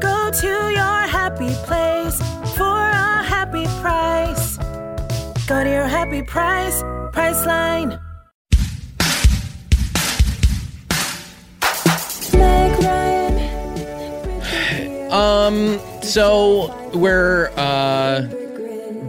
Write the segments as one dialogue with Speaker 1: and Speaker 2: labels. Speaker 1: Go to your happy place for a happy price. Go to your happy price, Priceline.
Speaker 2: Um, so we're uh,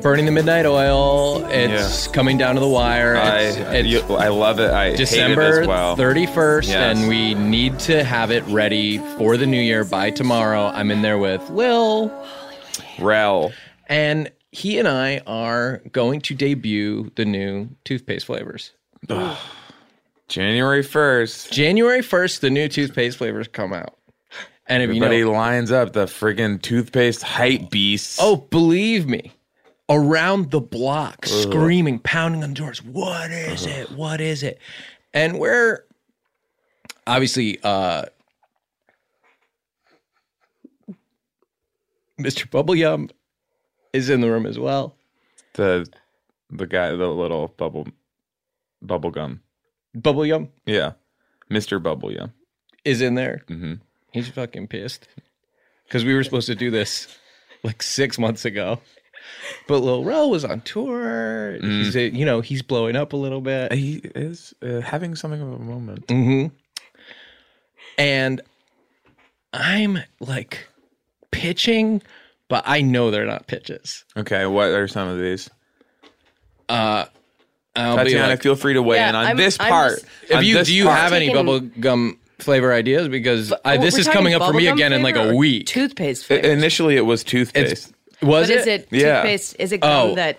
Speaker 2: burning the midnight oil. It's coming down to the wire.
Speaker 3: I,
Speaker 2: It's, it's
Speaker 3: you- I love it. I hate it
Speaker 2: December
Speaker 3: as well.
Speaker 2: 31st,
Speaker 3: Yes.
Speaker 2: and we need to have it ready for the new year by tomorrow. I'm in there with Will,
Speaker 3: Rel.
Speaker 2: and he and I are going to debut the new toothpaste flavors.
Speaker 3: January 1st.
Speaker 2: January 1st, the new toothpaste flavors come out. And if
Speaker 3: Everybody
Speaker 2: you know,
Speaker 3: lines up the friggin' toothpaste hype beasts.
Speaker 2: oh, believe me, around the block, screaming, pounding on doors, what is it? What is it? And we're obviously, uh, Mr. Bubbleyum is in the room as well.
Speaker 3: the the guy, the little bubble bubble gum.
Speaker 2: Bubbleyum
Speaker 3: Yeah, Mr. Bubble. Yeah,
Speaker 2: is in there.
Speaker 3: Mhm.
Speaker 2: He's fucking pissed because we were supposed to do this like six months ago, but Lil Rel was on tour. He's uh, you know he's blowing up a little bit,
Speaker 3: he is uh, having something of a moment.
Speaker 2: Mm. and I'm like pitching, but I know they're not pitches.
Speaker 3: Okay, what are some of these?
Speaker 2: I'll be
Speaker 3: Tatiana,
Speaker 2: like,
Speaker 3: feel free to weigh
Speaker 4: Yeah,
Speaker 3: in on
Speaker 4: I'm-
Speaker 3: this
Speaker 4: I'm
Speaker 3: part.
Speaker 4: just-
Speaker 3: On
Speaker 2: if you
Speaker 3: this
Speaker 2: do you
Speaker 3: part.
Speaker 2: have any
Speaker 4: Taking-
Speaker 2: bubblegum flavor ideas because I,
Speaker 4: Well,
Speaker 2: Uh, this
Speaker 4: we're
Speaker 2: is
Speaker 4: talking
Speaker 2: coming up for me
Speaker 4: bubblegum
Speaker 2: again in like
Speaker 4: flavor
Speaker 2: a
Speaker 4: or
Speaker 2: week.
Speaker 4: Toothpaste
Speaker 3: I-
Speaker 4: flavor.
Speaker 3: Initially, it was toothpaste.
Speaker 2: It's- was
Speaker 4: but is it
Speaker 3: Yeah.
Speaker 4: toothpaste? Is it
Speaker 2: Oh.
Speaker 4: gum that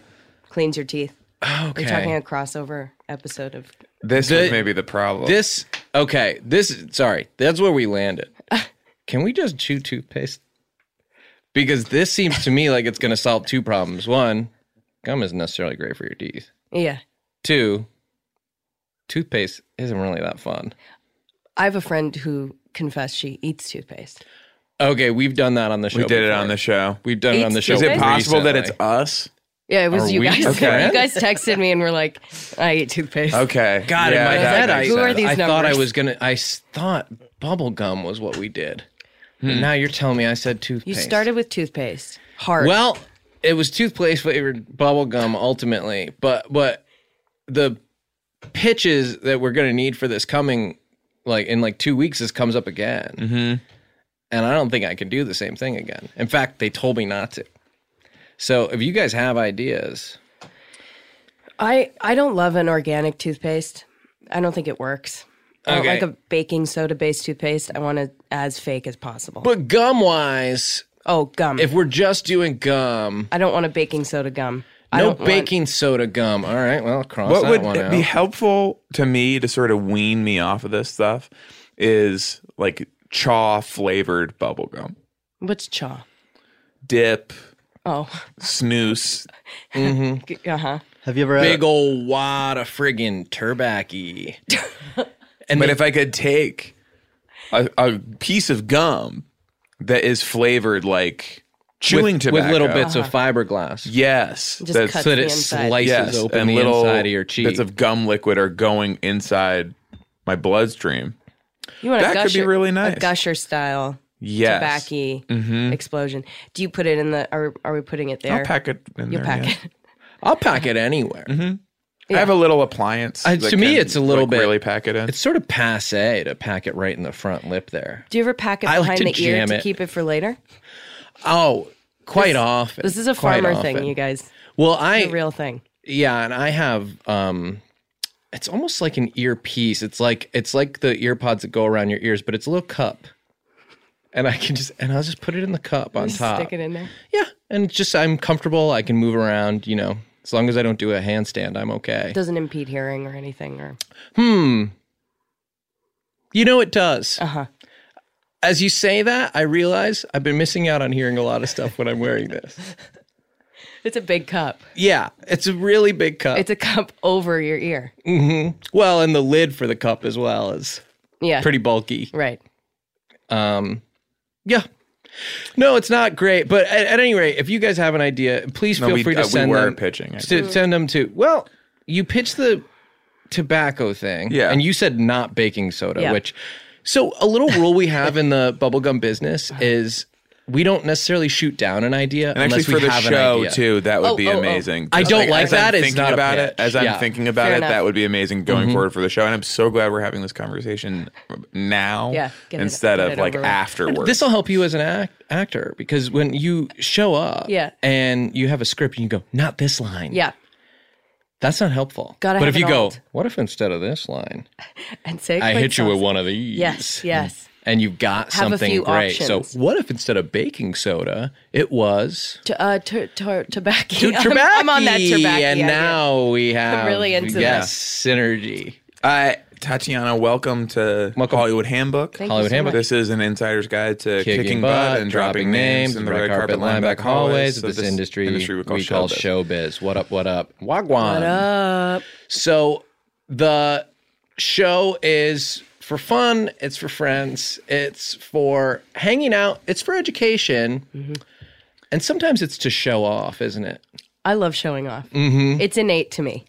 Speaker 4: cleans your teeth?
Speaker 2: okay?
Speaker 4: We're talking a crossover episode of.
Speaker 3: this
Speaker 2: The-
Speaker 3: was maybe the problem.
Speaker 2: This okay. This is sorry. That's where we landed. Can we just chew toothpaste? Because this seems to me like it's going to solve two problems. One, gum isn't necessarily great for your teeth.
Speaker 4: Yeah,
Speaker 2: Two, toothpaste isn't really that fun.
Speaker 4: I have a friend who confessed she eats toothpaste.
Speaker 2: Okay, we've done that on the show.
Speaker 3: we did it
Speaker 2: before.
Speaker 3: on the show.
Speaker 2: We've done it on the
Speaker 4: Eats
Speaker 2: show.
Speaker 3: Is it possible that it's
Speaker 2: recently.
Speaker 3: us?
Speaker 4: Yeah, it was
Speaker 2: Are
Speaker 4: you
Speaker 2: we
Speaker 4: guys.
Speaker 3: okay?
Speaker 4: You guys texted me and were like, "I eat toothpaste."
Speaker 3: Okay.
Speaker 2: God
Speaker 3: Yeah,
Speaker 2: in my
Speaker 3: that
Speaker 2: head? I,
Speaker 3: makes
Speaker 4: Who are
Speaker 3: sense.
Speaker 4: these
Speaker 2: I thought I
Speaker 4: numbers?
Speaker 2: was gonna. I s- thought bubble gum was what we did. And now you're telling me I said toothpaste.
Speaker 4: You started with toothpaste. Hard.
Speaker 2: Well, it was toothpaste flavored bubble gum ultimately, but but the pitches that we're going to need for this coming like in like 2 weeks this comes up again. Mm-hmm. And I don't think I can do the same thing again. In fact, they told me not to. So, if you guys have ideas,
Speaker 4: I I don't love an organic toothpaste. I don't think it works. I don't
Speaker 2: Okay.
Speaker 4: like a baking soda based toothpaste. I want it as fake as possible.
Speaker 2: but gum wise,
Speaker 4: oh, gum.
Speaker 2: if we're just doing gum,
Speaker 4: I don't want a baking soda gum. I
Speaker 2: no
Speaker 4: don't want-
Speaker 2: baking soda gum. All right, well, cross
Speaker 3: What
Speaker 2: that
Speaker 3: would
Speaker 2: one
Speaker 3: it
Speaker 2: out.
Speaker 3: be helpful to me to sort of wean me off of this stuff is like chaw flavored bubblegum.
Speaker 4: What's chaw?
Speaker 3: Dip,
Speaker 4: Oh,
Speaker 3: snooze.
Speaker 4: uh huh.
Speaker 5: Have you ever
Speaker 2: Big old wad of friggin' turbacky. and
Speaker 3: But
Speaker 2: the
Speaker 3: if I could take a, a piece of gum that is flavored like chewing
Speaker 2: with,
Speaker 3: tobacco
Speaker 2: with little bits of fiberglass,
Speaker 3: Yes.
Speaker 4: Just
Speaker 3: that's-
Speaker 4: cut
Speaker 2: so that it
Speaker 4: Uh-huh. the inside.
Speaker 2: slices
Speaker 3: yes,
Speaker 2: open
Speaker 3: and
Speaker 2: the
Speaker 3: little
Speaker 2: inside of your cheek.
Speaker 3: bits of gum liquid are going inside my bloodstream.
Speaker 4: You want
Speaker 3: That
Speaker 4: a
Speaker 3: could
Speaker 4: gusher,
Speaker 3: be really nice.
Speaker 4: A gusher style
Speaker 3: Yes.
Speaker 4: tobacco
Speaker 2: Mm-hmm.
Speaker 4: explosion. Do you put it in the? Are are we putting it there?
Speaker 3: I'll pack it in
Speaker 4: You
Speaker 3: there.
Speaker 4: pack
Speaker 3: yeah.
Speaker 4: it.
Speaker 2: I'll pack it anywhere.
Speaker 3: Mm-hmm. I have a little appliance.
Speaker 2: Uh,
Speaker 3: that
Speaker 2: to me,
Speaker 3: can,
Speaker 2: it's a little
Speaker 3: like,
Speaker 2: bit-
Speaker 3: Really pack it in.
Speaker 2: It's sort of passe to pack it right in the front lip there.
Speaker 4: Do you ever pack it
Speaker 2: I like
Speaker 4: behind
Speaker 2: to
Speaker 4: the ear
Speaker 2: jam
Speaker 4: to
Speaker 2: it.
Speaker 4: keep it for later?
Speaker 2: Oh, quite often.
Speaker 4: This is a
Speaker 2: quite
Speaker 4: farmer thing,
Speaker 2: often.
Speaker 4: you guys.
Speaker 2: Well, I
Speaker 4: The real thing.
Speaker 2: yeah, and I have um it's almost like an earpiece. It's like it's like the ear pods that go around your ears, but it's a little cup. And I can just and I'll just put it in the cup on
Speaker 4: Just
Speaker 2: top.
Speaker 4: stick it in there.
Speaker 2: Yeah, and it's just I'm comfortable. I can move around. You know, as long as I don't do a handstand, I'm okay.
Speaker 4: Doesn't impede hearing or anything. Or
Speaker 2: You know, it does.
Speaker 4: uh huh.
Speaker 2: As you say that, I realize I've been missing out on hearing a lot of stuff when I'm wearing this.
Speaker 4: It's a big cup.
Speaker 2: Yeah, it's a really big cup.
Speaker 4: It's a cup over your ear.
Speaker 2: well, and the lid for the cup as well is
Speaker 4: Yeah.
Speaker 2: pretty bulky.
Speaker 4: Right.
Speaker 2: Um, yeah. No, it's not great. But at, at any rate, if you guys have an idea, please
Speaker 3: No,
Speaker 2: feel
Speaker 3: we-
Speaker 2: free to
Speaker 3: uh, we
Speaker 2: send
Speaker 3: were
Speaker 2: them.
Speaker 3: pitching, I
Speaker 2: s- send them to. Well, you pitched the tobacco thing.
Speaker 3: Yeah.
Speaker 2: And you said not baking soda,
Speaker 4: Yeah.
Speaker 2: which. So a little rule we have in the bubblegum business is we don't necessarily shoot down an idea
Speaker 3: And
Speaker 2: unless
Speaker 3: actually, for
Speaker 2: we
Speaker 3: the
Speaker 2: have an
Speaker 3: show
Speaker 2: idea.
Speaker 3: too, that would
Speaker 4: Oh,
Speaker 3: be
Speaker 4: oh, oh.
Speaker 3: amazing.
Speaker 2: I
Speaker 3: Just
Speaker 2: don't like
Speaker 3: as I'm
Speaker 2: that. It's
Speaker 3: thinking
Speaker 2: not a
Speaker 3: about it.
Speaker 2: pitch.
Speaker 3: As I'm
Speaker 2: Yeah. Mm-hmm.
Speaker 3: thinking about
Speaker 4: Fair
Speaker 3: it,
Speaker 4: enough.
Speaker 3: that would be amazing going forward for the show. And I'm so glad we're having this conversation now
Speaker 4: Yeah, get it-
Speaker 3: instead
Speaker 4: get
Speaker 3: of
Speaker 4: it
Speaker 3: like
Speaker 4: over with.
Speaker 3: afterwards.
Speaker 2: This will help you as an act- actor because when you show up
Speaker 4: Yeah.
Speaker 2: and you have a script and you go, not this line.
Speaker 4: Yeah.
Speaker 2: That's not helpful.
Speaker 4: Gotta
Speaker 2: but
Speaker 4: have
Speaker 2: if you
Speaker 4: an
Speaker 2: go,
Speaker 4: alt.
Speaker 2: what if instead of this line,
Speaker 4: And say
Speaker 2: I hit you with
Speaker 4: one.
Speaker 2: one of these?
Speaker 4: Yes. Yes.
Speaker 2: And you've got
Speaker 4: Have a
Speaker 2: something
Speaker 4: few
Speaker 2: great.
Speaker 4: options.
Speaker 2: So what if instead of baking soda, it was
Speaker 4: T- uh, t- t- tobacco.
Speaker 2: to
Speaker 4: I'm, I'm on that
Speaker 2: Trebaki,
Speaker 4: tobacco.
Speaker 2: And
Speaker 4: idea.
Speaker 2: now we have
Speaker 4: really into
Speaker 2: yes, synergy.
Speaker 3: Uh, Tatiana, welcome to
Speaker 2: Welcome.
Speaker 3: Hollywood Handbook.
Speaker 4: Thank you
Speaker 2: Hollywood
Speaker 4: so
Speaker 2: Handbook.
Speaker 4: much.
Speaker 3: This is an insider's guide to
Speaker 2: Kicking,
Speaker 3: kicking, butt and dropping names in the red carpet, lineback hallways
Speaker 2: of this, industry,
Speaker 3: we call, showbiz.
Speaker 2: showbiz. What up? What up? Wagwan. What
Speaker 4: Up.
Speaker 2: So the show is for fun, it's for friends, it's for hanging out, it's for education. And sometimes it's to show off, isn't it?
Speaker 4: I love showing off.
Speaker 2: Mm-hmm.
Speaker 4: It's innate to me.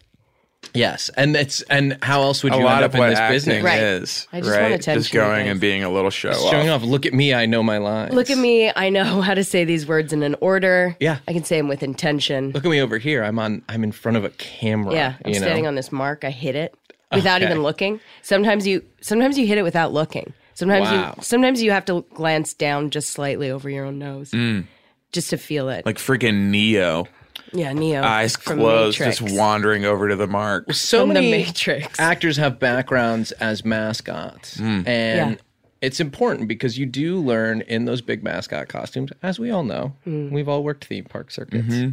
Speaker 2: Yes. And it's and how else would
Speaker 3: A
Speaker 2: you
Speaker 3: lot
Speaker 2: end
Speaker 3: of
Speaker 2: up
Speaker 3: what
Speaker 2: in this
Speaker 3: acting
Speaker 2: business?
Speaker 4: Right.
Speaker 3: is,
Speaker 4: I just want
Speaker 3: right? Just
Speaker 4: attention,
Speaker 3: going
Speaker 4: guys.
Speaker 3: and being a little show off.
Speaker 2: Showing off, look at me, I know my lines.
Speaker 4: Look at me. I know how to say these words in an order.
Speaker 2: Yeah.
Speaker 4: I can say them with intention.
Speaker 2: Look at me over here. I'm on I'm in front of a camera.
Speaker 4: yeah. I'm
Speaker 2: you know?
Speaker 4: standing on this mark. I hit it without
Speaker 2: Okay.
Speaker 4: even looking. Sometimes you sometimes you hit it without looking. Sometimes
Speaker 2: Wow.
Speaker 4: you sometimes you have to glance down just slightly over your own nose.
Speaker 2: Mm.
Speaker 4: Just to feel it.
Speaker 3: Like freaking Neo,
Speaker 4: yeah, Neo.
Speaker 3: eyes
Speaker 4: from
Speaker 3: closed, just
Speaker 4: Matrix.
Speaker 3: wandering over to the mark.
Speaker 2: so
Speaker 4: From the
Speaker 2: many
Speaker 4: Matrix.
Speaker 2: actors have backgrounds as mascots
Speaker 3: Hmm.
Speaker 2: and
Speaker 4: Yeah.
Speaker 2: it's important because you do learn in those big mascot costumes as we all know
Speaker 4: Hmm.
Speaker 2: we've all worked theme park circuits
Speaker 3: Mm-hmm.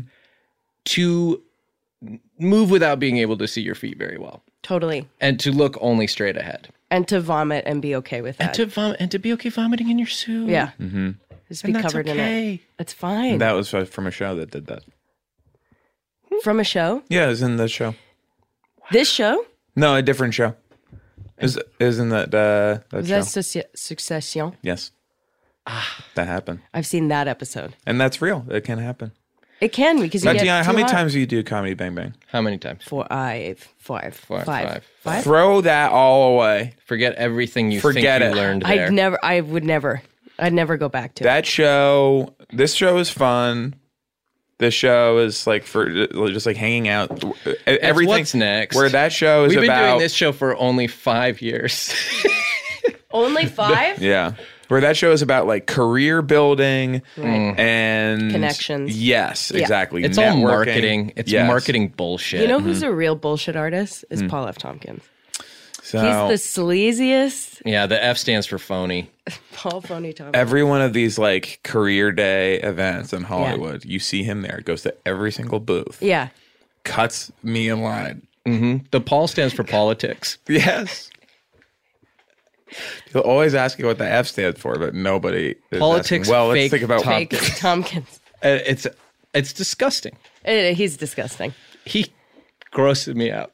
Speaker 2: to move without being able to see your feet very well
Speaker 4: Totally.
Speaker 2: and to look only straight ahead
Speaker 4: And to vomit and be okay with
Speaker 2: and
Speaker 4: that.
Speaker 2: to vom- and to be okay vomiting in your suit
Speaker 4: yeah. Mm-hmm. Just be
Speaker 2: and that's
Speaker 4: covered in it.
Speaker 2: okay
Speaker 4: That's fine.
Speaker 3: That was from a show that did that.
Speaker 4: From a show?
Speaker 3: Yeah, it was in the show.
Speaker 4: This show?
Speaker 3: No, a different show. Is isn't that uh, that
Speaker 4: Was
Speaker 3: show?
Speaker 4: that Ah. Succe- Succession?
Speaker 3: yes, that happened,
Speaker 4: I've seen that episode.
Speaker 3: and that's real. It can happen.
Speaker 4: It can because you
Speaker 3: Now, Deanna,
Speaker 4: get
Speaker 3: how
Speaker 4: too
Speaker 3: many
Speaker 4: hot.
Speaker 3: times do you do comedy Bang Bang?
Speaker 2: how many times
Speaker 4: Four, five, five,
Speaker 2: Five,
Speaker 4: five,
Speaker 2: five,
Speaker 4: five,
Speaker 2: five.
Speaker 3: Throw that all away.
Speaker 2: forget everything you
Speaker 3: Forget
Speaker 2: think
Speaker 3: it.
Speaker 2: you learned there
Speaker 4: I'd never. I would never. I'd never go back to it.
Speaker 3: That show, this show is fun. This show is like for just like hanging out. e, Everything
Speaker 2: what's next.
Speaker 3: Where that show is
Speaker 2: we've been
Speaker 3: about
Speaker 2: doing this show for only five years
Speaker 4: Only five.
Speaker 3: Yeah. Where that show is about like career building and
Speaker 4: Connections.
Speaker 3: Yes, exactly.
Speaker 2: Mm. it's all
Speaker 3: Networking.
Speaker 2: marketing it's
Speaker 3: Yes.
Speaker 2: marketing bullshit
Speaker 4: You know
Speaker 3: Mm-hmm.
Speaker 4: who's a real bullshit artist is
Speaker 3: Mm.
Speaker 4: Paul F. Tompkins.
Speaker 3: So
Speaker 4: He's the sleaziest
Speaker 2: yeah the f stands for phony
Speaker 4: Paul Phony Tompkins.
Speaker 3: every one of these like career day events in Hollywood, you see him there. Goes to every single booth.
Speaker 4: yeah,
Speaker 3: Cuts me in line.
Speaker 2: The Paul stands for politics.
Speaker 3: Yes. He'll always ask you what the F stands for, but nobody. is asking,
Speaker 2: Politics,
Speaker 3: Well, let's
Speaker 2: fake
Speaker 3: think about
Speaker 2: talk.
Speaker 4: fake Tompkins.
Speaker 2: Uh, It's it's disgusting.
Speaker 4: Eh, he's disgusting.
Speaker 2: He grosses me out.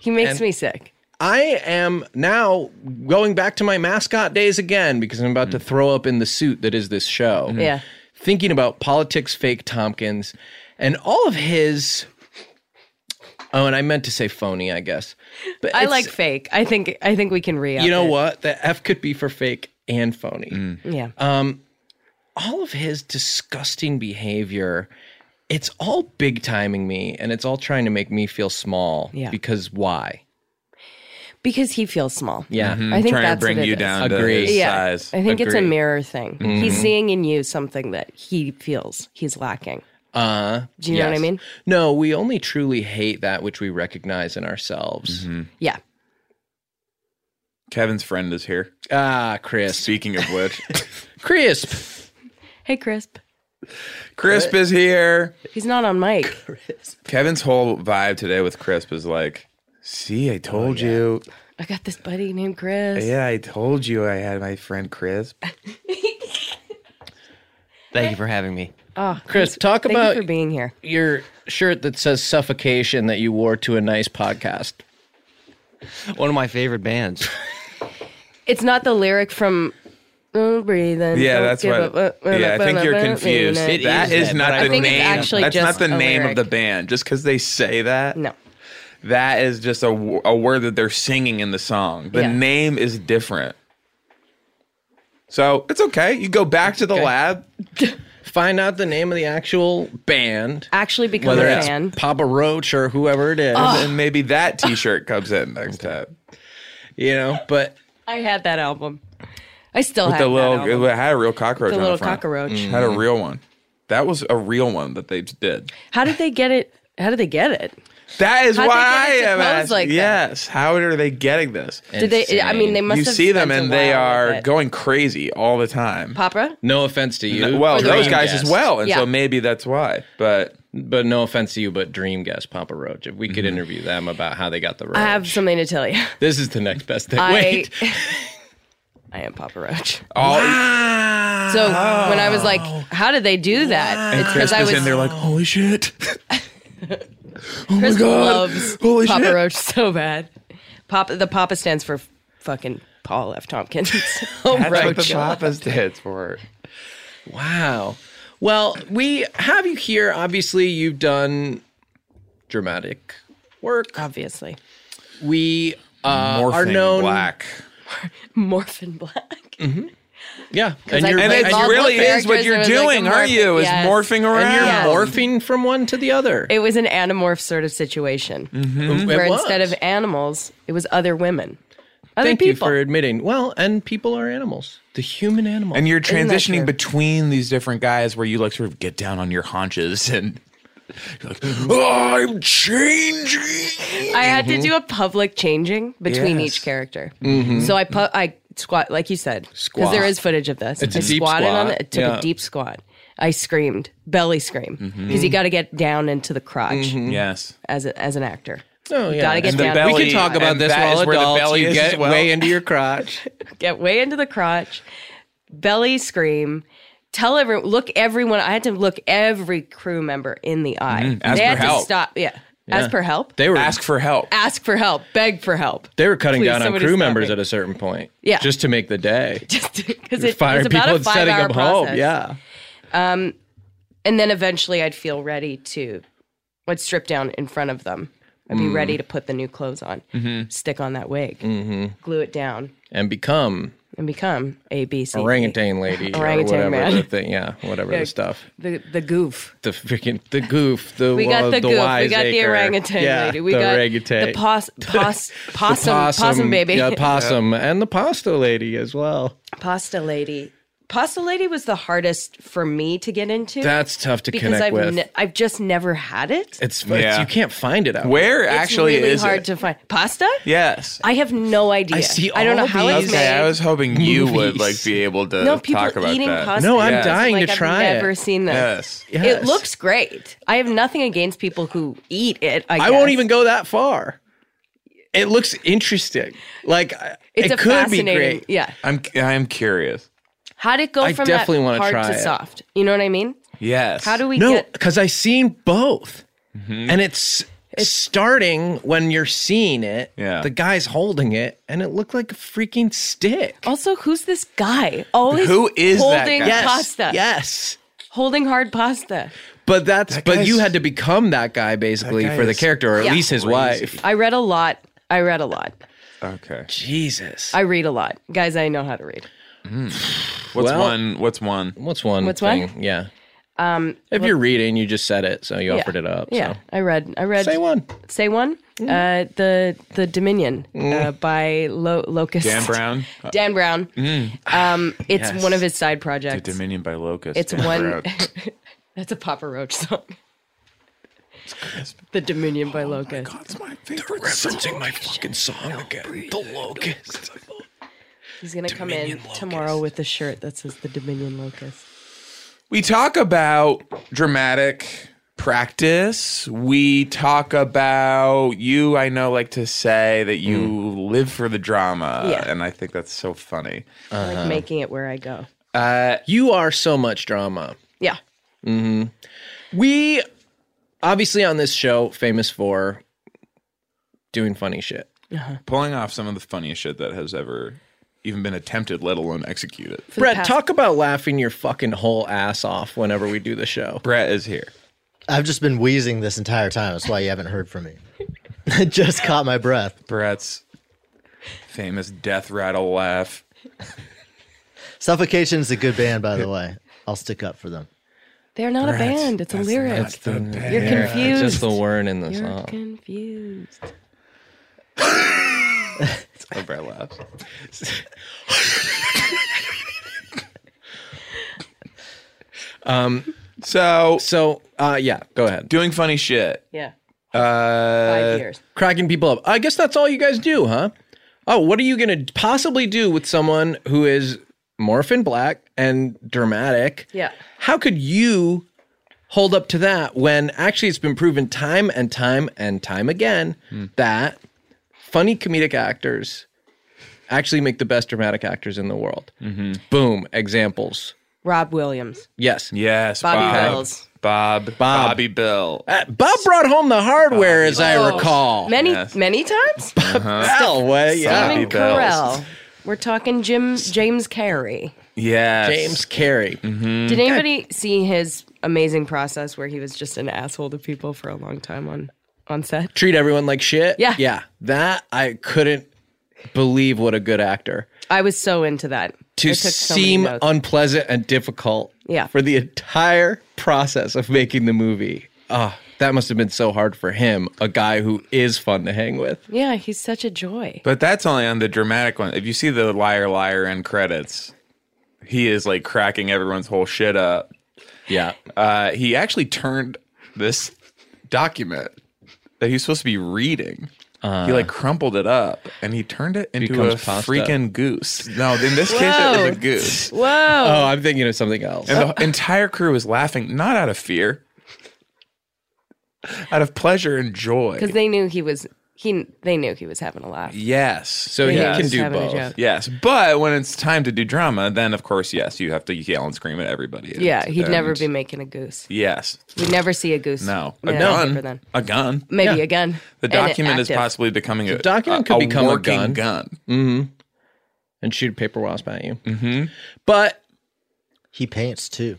Speaker 4: He makes
Speaker 2: And-
Speaker 4: me sick.
Speaker 2: I am now going back to my mascot days again because I'm about to throw up in the suit that is this show.
Speaker 4: Mm-hmm.
Speaker 3: Mm.
Speaker 4: Yeah.
Speaker 2: Thinking about politics, fake Tompkins, and all of his. Oh, and I meant to say phony, I guess. But
Speaker 4: I
Speaker 2: it's-
Speaker 4: like fake. I think. I think we can re.
Speaker 2: You know what? The F could be for fake and phony.
Speaker 4: Yeah.
Speaker 3: Um,
Speaker 2: all of his disgusting behavior it's all big timing me and it's all trying to make me feel small
Speaker 4: Yeah.
Speaker 2: because why
Speaker 4: because he feels small.
Speaker 2: yeah
Speaker 4: I think
Speaker 3: Mm-hmm. Hmm, trying
Speaker 4: that's
Speaker 3: to bring
Speaker 4: what it
Speaker 3: you
Speaker 4: is.
Speaker 3: down
Speaker 2: Agree.
Speaker 3: to his
Speaker 4: yeah,
Speaker 3: size. Mm-hmm.
Speaker 4: I think it's a
Speaker 2: Agree.
Speaker 4: mirror thing. He's seeing in you something that he feels he's lacking.
Speaker 2: uh
Speaker 4: Do you know what I mean?
Speaker 2: no we only truly hate that which we recognize in ourselves
Speaker 5: Mm-hmm.
Speaker 4: Yeah.
Speaker 3: Kevin's friend is here.
Speaker 2: ah crisp
Speaker 3: Speaking of which,
Speaker 2: crisp
Speaker 4: Hey, Crisp.
Speaker 3: Crisp is here.
Speaker 4: He's not on mic.
Speaker 3: Kevin's whole vibe today with Crisp is like, see,
Speaker 4: Oh,
Speaker 3: I told you.
Speaker 4: I got this buddy named Chris.
Speaker 3: Yeah, I told you I had my friend Crisp.
Speaker 5: Thank you for having me.
Speaker 4: Oh,
Speaker 2: Chris,
Speaker 4: thanks-
Speaker 2: talk
Speaker 4: thank you
Speaker 2: about-
Speaker 4: for being here.
Speaker 2: Your shirt that says suffocation that you wore to a nice podcast.
Speaker 5: One of my favorite bands.
Speaker 4: It's not the lyric from "Don't breathe in."
Speaker 3: Yeah,
Speaker 4: don't
Speaker 3: that's
Speaker 4: give
Speaker 3: what.
Speaker 4: up, uh, uh,
Speaker 3: yeah, I
Speaker 4: uh,
Speaker 3: think
Speaker 4: uh,
Speaker 3: you're
Speaker 4: uh,
Speaker 3: confused.
Speaker 4: uh,
Speaker 5: It
Speaker 3: that is
Speaker 5: is that,
Speaker 3: not
Speaker 5: but I
Speaker 3: the
Speaker 5: think it's
Speaker 3: name.
Speaker 4: actually
Speaker 3: that's
Speaker 4: just
Speaker 3: not the
Speaker 4: a
Speaker 3: name of
Speaker 4: lyric.
Speaker 3: the band. Just because they say that,
Speaker 4: No.
Speaker 3: that is just a, w- a word that they're singing in the song. The
Speaker 4: Yeah.
Speaker 3: name is different. So it's okay. You go back to the lab.
Speaker 2: Find out the name of the actual band,
Speaker 4: Actually, become
Speaker 2: whether
Speaker 4: a
Speaker 2: it's
Speaker 4: fan.
Speaker 2: Papa Roach or whoever it is,
Speaker 4: Ah.
Speaker 3: And maybe that T-shirt comes in next time
Speaker 2: you know. But
Speaker 4: I had that album. I still
Speaker 3: with
Speaker 4: have
Speaker 3: the
Speaker 4: that album.
Speaker 3: little. It had a real cockroach.
Speaker 4: The
Speaker 3: on
Speaker 4: little
Speaker 3: the front.
Speaker 4: cockroach.
Speaker 3: Mm-hmm. had a real one. That was a real one that they did.
Speaker 4: How did they get it? How did they get it?
Speaker 3: That is
Speaker 4: How'd they
Speaker 3: why
Speaker 4: get
Speaker 3: I
Speaker 4: it to
Speaker 3: am
Speaker 4: pose
Speaker 3: asking.
Speaker 4: like that?
Speaker 3: yes. How are they getting this?
Speaker 4: Did they? I mean, they must.
Speaker 3: you
Speaker 4: have
Speaker 3: see them
Speaker 4: spent a
Speaker 3: and they
Speaker 4: while with
Speaker 3: are
Speaker 4: it.
Speaker 3: going crazy all the time.
Speaker 4: Papa.
Speaker 2: no offense to you.
Speaker 3: well,
Speaker 2: Dream
Speaker 3: those guys as
Speaker 2: Guest.
Speaker 3: well, and
Speaker 4: Yeah.
Speaker 3: so maybe that's why. But
Speaker 2: But no offense to you, but dream guest Papa Roach. If we
Speaker 3: Mm-hmm.
Speaker 2: could interview them about how they got the roach,
Speaker 4: I have something to tell you.
Speaker 2: this is the next best thing.
Speaker 4: I-
Speaker 2: Wait,
Speaker 4: I am Papa Roach.
Speaker 3: all Ah.
Speaker 4: So when I was like, "How did they do that?" It's because I
Speaker 3: Christmas
Speaker 4: was.
Speaker 3: and they're like, "Holy shit!"
Speaker 2: Oh
Speaker 4: Chris
Speaker 3: God.
Speaker 4: loves
Speaker 3: Holy
Speaker 4: Papa
Speaker 3: shit.
Speaker 4: Roach so bad. Papa. The Papa stands for fucking Paul F. Tompkins. oh,
Speaker 3: That's what
Speaker 4: Roach.
Speaker 3: the Papa stands for.
Speaker 2: wow. Well, we have you here. Obviously, you've done dramatic work.
Speaker 4: Obviously,
Speaker 2: We uh,
Speaker 3: Morphing
Speaker 2: are known
Speaker 3: black,
Speaker 4: Morphin Black.
Speaker 2: Mm. Yeah, and
Speaker 4: I
Speaker 2: you're
Speaker 3: and
Speaker 4: Like
Speaker 3: it
Speaker 4: multiple
Speaker 3: really is what
Speaker 4: characters
Speaker 3: you're
Speaker 4: and it was like
Speaker 3: doing,
Speaker 4: a
Speaker 3: aren't you?
Speaker 4: morph-
Speaker 3: Is
Speaker 4: yes.
Speaker 3: morphing around.
Speaker 2: and you're
Speaker 4: Yeah.
Speaker 2: morphing from one to the other.
Speaker 4: It was an anamorph sort of situation
Speaker 2: Mm-hmm. It
Speaker 4: where
Speaker 2: was.
Speaker 4: instead of animals, it was other women, other
Speaker 2: Thank
Speaker 4: people.
Speaker 2: you for admitting. Well, and people are animals. The human animal.
Speaker 3: And you're
Speaker 4: Isn't that
Speaker 3: transitioning
Speaker 4: true?
Speaker 3: between these different guys where you like sort of get down on your haunches and you're like, "Oh, I'm changing.
Speaker 4: I had
Speaker 2: Mm-hmm.
Speaker 4: to do a public changing between
Speaker 3: Yes.
Speaker 4: each character. So I pu- I squat like you said because
Speaker 2: Squat.
Speaker 4: there is footage of this.
Speaker 2: It's
Speaker 4: I
Speaker 2: a deep
Speaker 4: squatted on
Speaker 2: squat,
Speaker 4: it. It took
Speaker 2: yeah. Mm-hmm.
Speaker 4: a deep squat. I screamed, belly scream, because you got to get down into the crotch
Speaker 3: Yes.
Speaker 4: as a, as an actor.
Speaker 2: Oh, yeah.
Speaker 4: gotta get
Speaker 2: And
Speaker 4: down.
Speaker 2: the- we
Speaker 3: belly-
Speaker 2: can talk about
Speaker 3: and
Speaker 2: this
Speaker 3: that
Speaker 2: while
Speaker 3: is where the
Speaker 2: adults.
Speaker 3: belly
Speaker 2: You
Speaker 3: is
Speaker 2: get
Speaker 3: as well.
Speaker 2: way into your crotch.
Speaker 4: Get way into the crotch, belly scream. Tell everyone, look everyone. I had to look every crew member in the eye.
Speaker 2: Mm-hmm.
Speaker 3: ask
Speaker 4: they
Speaker 3: for
Speaker 4: had
Speaker 3: help.
Speaker 4: to stop. Yeah. As per help,
Speaker 2: They were
Speaker 3: Ask for help.
Speaker 4: ask for help, beg for help.
Speaker 2: They were cutting
Speaker 4: Please,
Speaker 2: down on
Speaker 4: somebody
Speaker 2: crew
Speaker 4: stop
Speaker 2: members
Speaker 4: me.
Speaker 2: at a certain point.
Speaker 4: Yeah.
Speaker 2: Just to make the day.
Speaker 4: just because it,
Speaker 2: Firing
Speaker 4: it's about
Speaker 2: people
Speaker 4: a
Speaker 2: and setting
Speaker 4: five-hour
Speaker 2: them home.
Speaker 4: process.
Speaker 2: Yeah.
Speaker 4: and then eventually I'd feel ready to, I'd strip down in front of them. I'd be
Speaker 2: Mm.
Speaker 4: ready to put the new clothes on,
Speaker 2: Mm-hmm.
Speaker 4: stick on that wig, glue it down,
Speaker 2: And become
Speaker 4: and become a B C D.
Speaker 2: orangutan lady
Speaker 4: Orangutan
Speaker 2: or whatever
Speaker 4: man.
Speaker 2: the thing. Yeah. Whatever the stuff.
Speaker 4: The the goof.
Speaker 2: The freaking the goof. The
Speaker 4: We got
Speaker 2: wa-
Speaker 4: the, goof. We got the
Speaker 2: wiseacre.
Speaker 4: orangutan
Speaker 2: yeah,
Speaker 4: lady. We
Speaker 2: the
Speaker 4: got
Speaker 2: orangutan.
Speaker 4: the pos, pos, possum, possum baby.
Speaker 2: Yeah, possum. And the pasta lady as well.
Speaker 4: Pasta lady. Pasta lady was the hardest for me to get into
Speaker 2: That's tough to
Speaker 4: because
Speaker 2: connect
Speaker 4: I've
Speaker 2: with.
Speaker 4: ne- I've just never had it.
Speaker 2: it's, it's
Speaker 3: Yeah.
Speaker 2: you can't find it out.
Speaker 3: Where
Speaker 4: It's
Speaker 3: actually
Speaker 4: really
Speaker 3: is
Speaker 4: hard
Speaker 3: it?
Speaker 4: to find pasta.
Speaker 3: yes.
Speaker 4: I have no idea. I,
Speaker 2: see
Speaker 4: don't know
Speaker 2: all
Speaker 4: how it's
Speaker 2: these-
Speaker 3: Okay,
Speaker 4: made.
Speaker 3: I was hoping you would
Speaker 2: Movies.
Speaker 3: like be able to
Speaker 4: no, people
Speaker 3: talk about
Speaker 4: eating
Speaker 3: that.
Speaker 4: pasta.
Speaker 2: No, I'm
Speaker 4: Yes.
Speaker 2: dying
Speaker 4: Like,
Speaker 2: to try
Speaker 4: I've
Speaker 2: it.
Speaker 4: never seen this.
Speaker 3: Yes.
Speaker 2: Yes.
Speaker 4: It looks great. I have nothing against people who eat it. I,
Speaker 2: I
Speaker 4: guess.
Speaker 2: won't even go that far. It looks interesting. Like I-
Speaker 4: It's
Speaker 2: it
Speaker 4: a
Speaker 2: could be
Speaker 4: fascinating.
Speaker 2: great.
Speaker 4: Yeah.
Speaker 3: I'm I'm curious.
Speaker 4: How did it go
Speaker 2: I
Speaker 4: from
Speaker 2: definitely
Speaker 4: that
Speaker 2: wanna
Speaker 4: hard
Speaker 2: try
Speaker 4: to
Speaker 2: it.
Speaker 4: soft? You know what I mean?
Speaker 3: Yes.
Speaker 4: How do we
Speaker 2: No,
Speaker 4: get?
Speaker 2: because I seen both,
Speaker 3: Mm-hmm.
Speaker 2: and it's, starting when you're seeing it.
Speaker 3: Yeah.
Speaker 2: the guy's holding it, and it looked like a freaking stick.
Speaker 4: Also, who's this guy? Always
Speaker 3: Who is that
Speaker 4: holding
Speaker 3: guy? Yes.
Speaker 4: pasta?
Speaker 2: Yes,
Speaker 4: holding hard pasta.
Speaker 2: but that's
Speaker 3: That
Speaker 2: but
Speaker 3: guy's-
Speaker 2: you had to become that guy basically
Speaker 3: That guy
Speaker 2: for the
Speaker 3: is
Speaker 2: character, or at
Speaker 4: Yeah.
Speaker 2: least his wife.
Speaker 4: I read a lot. I read a lot.
Speaker 3: Okay.
Speaker 2: Jesus,
Speaker 4: I read a lot, guys. I know how to read.
Speaker 3: What's
Speaker 2: Well-
Speaker 3: one? What's one?
Speaker 2: what's one?
Speaker 4: What's
Speaker 2: thing?
Speaker 4: one?
Speaker 2: Yeah. Um, if you're reading, you just said it, so you offered it up.
Speaker 4: Yeah,
Speaker 2: so.
Speaker 4: I read. I read.
Speaker 2: say one.
Speaker 4: Say one. Uh, the the Dominion uh, by Lo- Locust.
Speaker 3: Dan Brown. Uh,
Speaker 4: Dan Brown. Um, it's
Speaker 2: Yes.
Speaker 4: one of his side projects.
Speaker 3: Dominion by Locust.
Speaker 4: It's
Speaker 3: Dan
Speaker 4: one.
Speaker 3: Brown.
Speaker 4: that's a Papa Roach song. the Dominion by Locust.
Speaker 3: That's Oh my favorite.
Speaker 2: referencing my fucking song again. The locust.
Speaker 4: He's gonna come in tomorrow with a shirt that says the Dominion Locust.
Speaker 3: We talk about dramatic practice. We talk about you, I know, like to say that you live for the drama.
Speaker 4: Yeah.
Speaker 3: And I think that's so funny.
Speaker 4: I Like making it where I go.
Speaker 2: You are so much drama.
Speaker 4: Yeah.
Speaker 2: We obviously on this show famous for doing funny shit.
Speaker 3: Pulling off some of the funniest shit that has ever even been attempted, let alone executed.
Speaker 2: Brett, talk about laughing your fucking whole ass off whenever we do the show.
Speaker 3: Brett is here.
Speaker 6: I've just been wheezing this entire time. That's why you haven't heard from me. I just caught my breath.
Speaker 3: Brett's famous death rattle laugh.
Speaker 6: Suffocation's a good band, by the way. I'll stick up for them.
Speaker 4: They're not a band. It's a lyric. You're
Speaker 2: It's
Speaker 4: confused.
Speaker 2: just the word in the
Speaker 4: You're
Speaker 2: song.
Speaker 4: confused.
Speaker 3: Oh, Brett laughs. um. So
Speaker 2: So, uh, yeah, go ahead.
Speaker 3: doing funny shit.
Speaker 4: Yeah.
Speaker 3: Uh,
Speaker 4: Five years.
Speaker 2: Cracking people up. I guess that's all you guys do, huh? Oh, what are you going to possibly do with someone who is morphin black and dramatic?
Speaker 4: Yeah.
Speaker 2: How could you hold up to that when actually it's been proven time and time and time again that funny comedic actors actually make the best dramatic actors in the world? Boom, examples.
Speaker 4: Rob Williams.
Speaker 2: Yes.
Speaker 3: yes,
Speaker 4: Bobby
Speaker 3: Bob,
Speaker 4: Bills.
Speaker 3: Bob, Bobby Bill.
Speaker 2: Uh, Bob brought home the hardware, as I
Speaker 4: Bills.
Speaker 2: recall.
Speaker 4: Many
Speaker 3: Yes.
Speaker 4: many times?
Speaker 2: Still way, yeah.
Speaker 3: Bobby
Speaker 4: Stephen
Speaker 3: Bills.
Speaker 4: Carell. We're talking Jim James Carrey.
Speaker 3: Yes,
Speaker 2: James Carey.
Speaker 4: Did anybody see his amazing process where he was just an asshole to people for a long time on on set?
Speaker 2: Treat everyone like shit.
Speaker 4: Yeah.
Speaker 2: Yeah. That I couldn't believe what a good actor.
Speaker 4: I was so into that.
Speaker 2: To
Speaker 4: I took so many
Speaker 2: seem
Speaker 4: notes.
Speaker 2: unpleasant and difficult
Speaker 4: Yeah.
Speaker 2: for the entire process of making the movie. Ah, that must have been so hard for him, a guy who is fun to hang with.
Speaker 4: yeah, he's such a joy.
Speaker 3: But that's only on the dramatic one. If you see the liar liar end credits, he is like cracking everyone's whole shit up.
Speaker 2: Yeah.
Speaker 3: Uh, he actually turned this document that he was supposed to be reading. he
Speaker 4: Uh.
Speaker 3: like crumpled it up and he turned it into a
Speaker 2: Becomes pasta.
Speaker 3: freaking goose. No, in this case it was a goose.
Speaker 4: Whoa.
Speaker 2: Oh, I'm thinking of something else.
Speaker 3: And the entire crew was laughing, not out of fear, out of pleasure and joy.
Speaker 4: Because they knew he was he they knew he was having a laugh.
Speaker 3: Yes.
Speaker 2: So he
Speaker 3: yes.
Speaker 2: can
Speaker 4: Just
Speaker 2: do
Speaker 4: having a
Speaker 2: both.
Speaker 4: joke.
Speaker 3: Yes, but when it's time to do drama, then of course, yes, you have to yell and scream at everybody. And-
Speaker 4: Yeah, he'd never
Speaker 3: and-
Speaker 4: be making a goose.
Speaker 3: Yes,
Speaker 4: We'd never see a goose.
Speaker 3: no, a
Speaker 4: made out of paper
Speaker 3: gun,
Speaker 4: Then.
Speaker 3: a gun.
Speaker 4: Maybe
Speaker 2: Yeah.
Speaker 4: a gun.
Speaker 3: The
Speaker 4: And
Speaker 3: document is
Speaker 4: active.
Speaker 3: possibly becoming a
Speaker 2: document
Speaker 3: a-
Speaker 2: could
Speaker 3: a
Speaker 2: become a
Speaker 3: working
Speaker 2: gun. And shoot a paper wasp at you. Mm-hmm. But
Speaker 6: He paints too.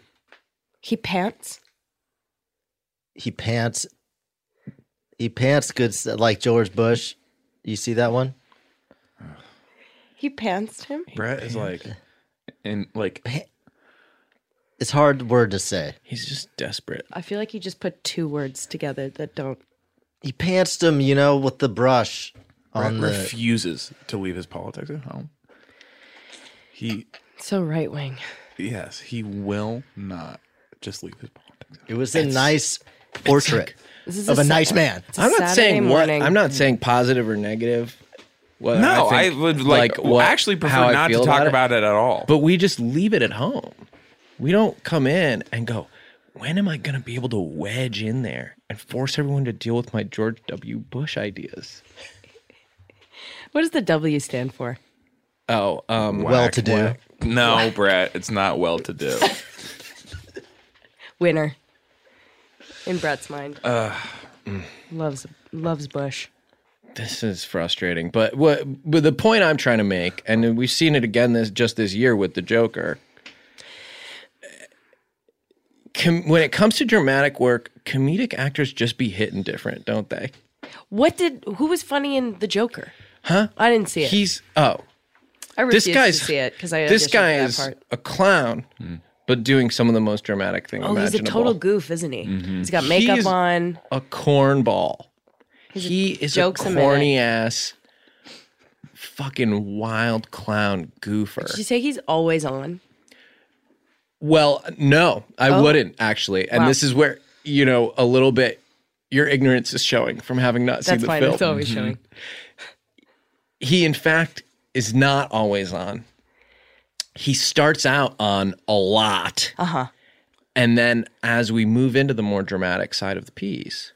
Speaker 4: He pants.
Speaker 6: He pants. He pants good stuff, like George Bush. You see that one?
Speaker 4: He pantsed him.
Speaker 3: Brett is like, and like,
Speaker 6: It's hard word to say.
Speaker 2: he's just desperate.
Speaker 4: I feel like you just put two words together that don't.
Speaker 6: He pantsed him, you know, with the brush
Speaker 3: Brett
Speaker 6: on the
Speaker 3: refuses to leave his politics at home. He,
Speaker 4: So right wing.
Speaker 3: yes, he will not just leave his politics.
Speaker 6: It was a nice portrait
Speaker 4: This is
Speaker 6: of a
Speaker 4: sa-
Speaker 6: nice man.
Speaker 4: it's a
Speaker 2: I'm not
Speaker 4: Saturday
Speaker 2: saying
Speaker 4: morning.
Speaker 2: what. I'm not saying positive or negative. whether
Speaker 3: No, I,
Speaker 2: think,
Speaker 3: would like,
Speaker 2: what-
Speaker 3: actually
Speaker 2: how
Speaker 3: prefer
Speaker 2: I
Speaker 3: not to
Speaker 2: feel
Speaker 3: talk about it.
Speaker 2: it.
Speaker 3: at all.
Speaker 2: But we just leave it at home. We don't come in and go. When am I going to be able to wedge in there and force everyone to deal with my George W. Bush ideas?
Speaker 4: What does the W stand for?
Speaker 2: Oh, um,
Speaker 6: Well to do.
Speaker 3: no, Brett, it's not well to do.
Speaker 4: Winner. In Brett's mind.
Speaker 2: Uh,
Speaker 4: Mm. loves loves Bush.
Speaker 2: this is frustrating. But what? But the point I'm trying to make, and we've seen it again this just this year with the Joker. Com- when it comes to dramatic work, comedic actors just be hitting different, don't they?
Speaker 4: What did? Who was funny in The Joker? Huh? I didn't see it.
Speaker 2: He's oh,
Speaker 4: I refused
Speaker 2: this guy's
Speaker 4: to see it because I
Speaker 2: this
Speaker 4: auditioned
Speaker 2: guy
Speaker 4: for that
Speaker 2: is
Speaker 4: part.
Speaker 2: a clown, but doing some of the most dramatic thing
Speaker 4: Oh, he's a
Speaker 2: imaginable. Mm-hmm.
Speaker 4: total goof, isn't he? He's got makeup
Speaker 2: He's-
Speaker 4: on.
Speaker 2: a cornball. He is a
Speaker 4: jokes a minute.
Speaker 2: corny ass, fucking wild clown goofer.
Speaker 4: Did you say he's always on?
Speaker 2: Well, no, I
Speaker 4: Oh.
Speaker 2: wouldn't actually. And this is where, you know, a little bit your ignorance is showing from having not seen
Speaker 4: That's
Speaker 2: the
Speaker 4: fine.
Speaker 2: film. Mm-hmm.
Speaker 4: It's always showing.
Speaker 2: he, in fact, is not always on. He starts out on a lot. Uh
Speaker 4: Uh-huh.
Speaker 2: huh. And then as we move into the more dramatic side of the piece,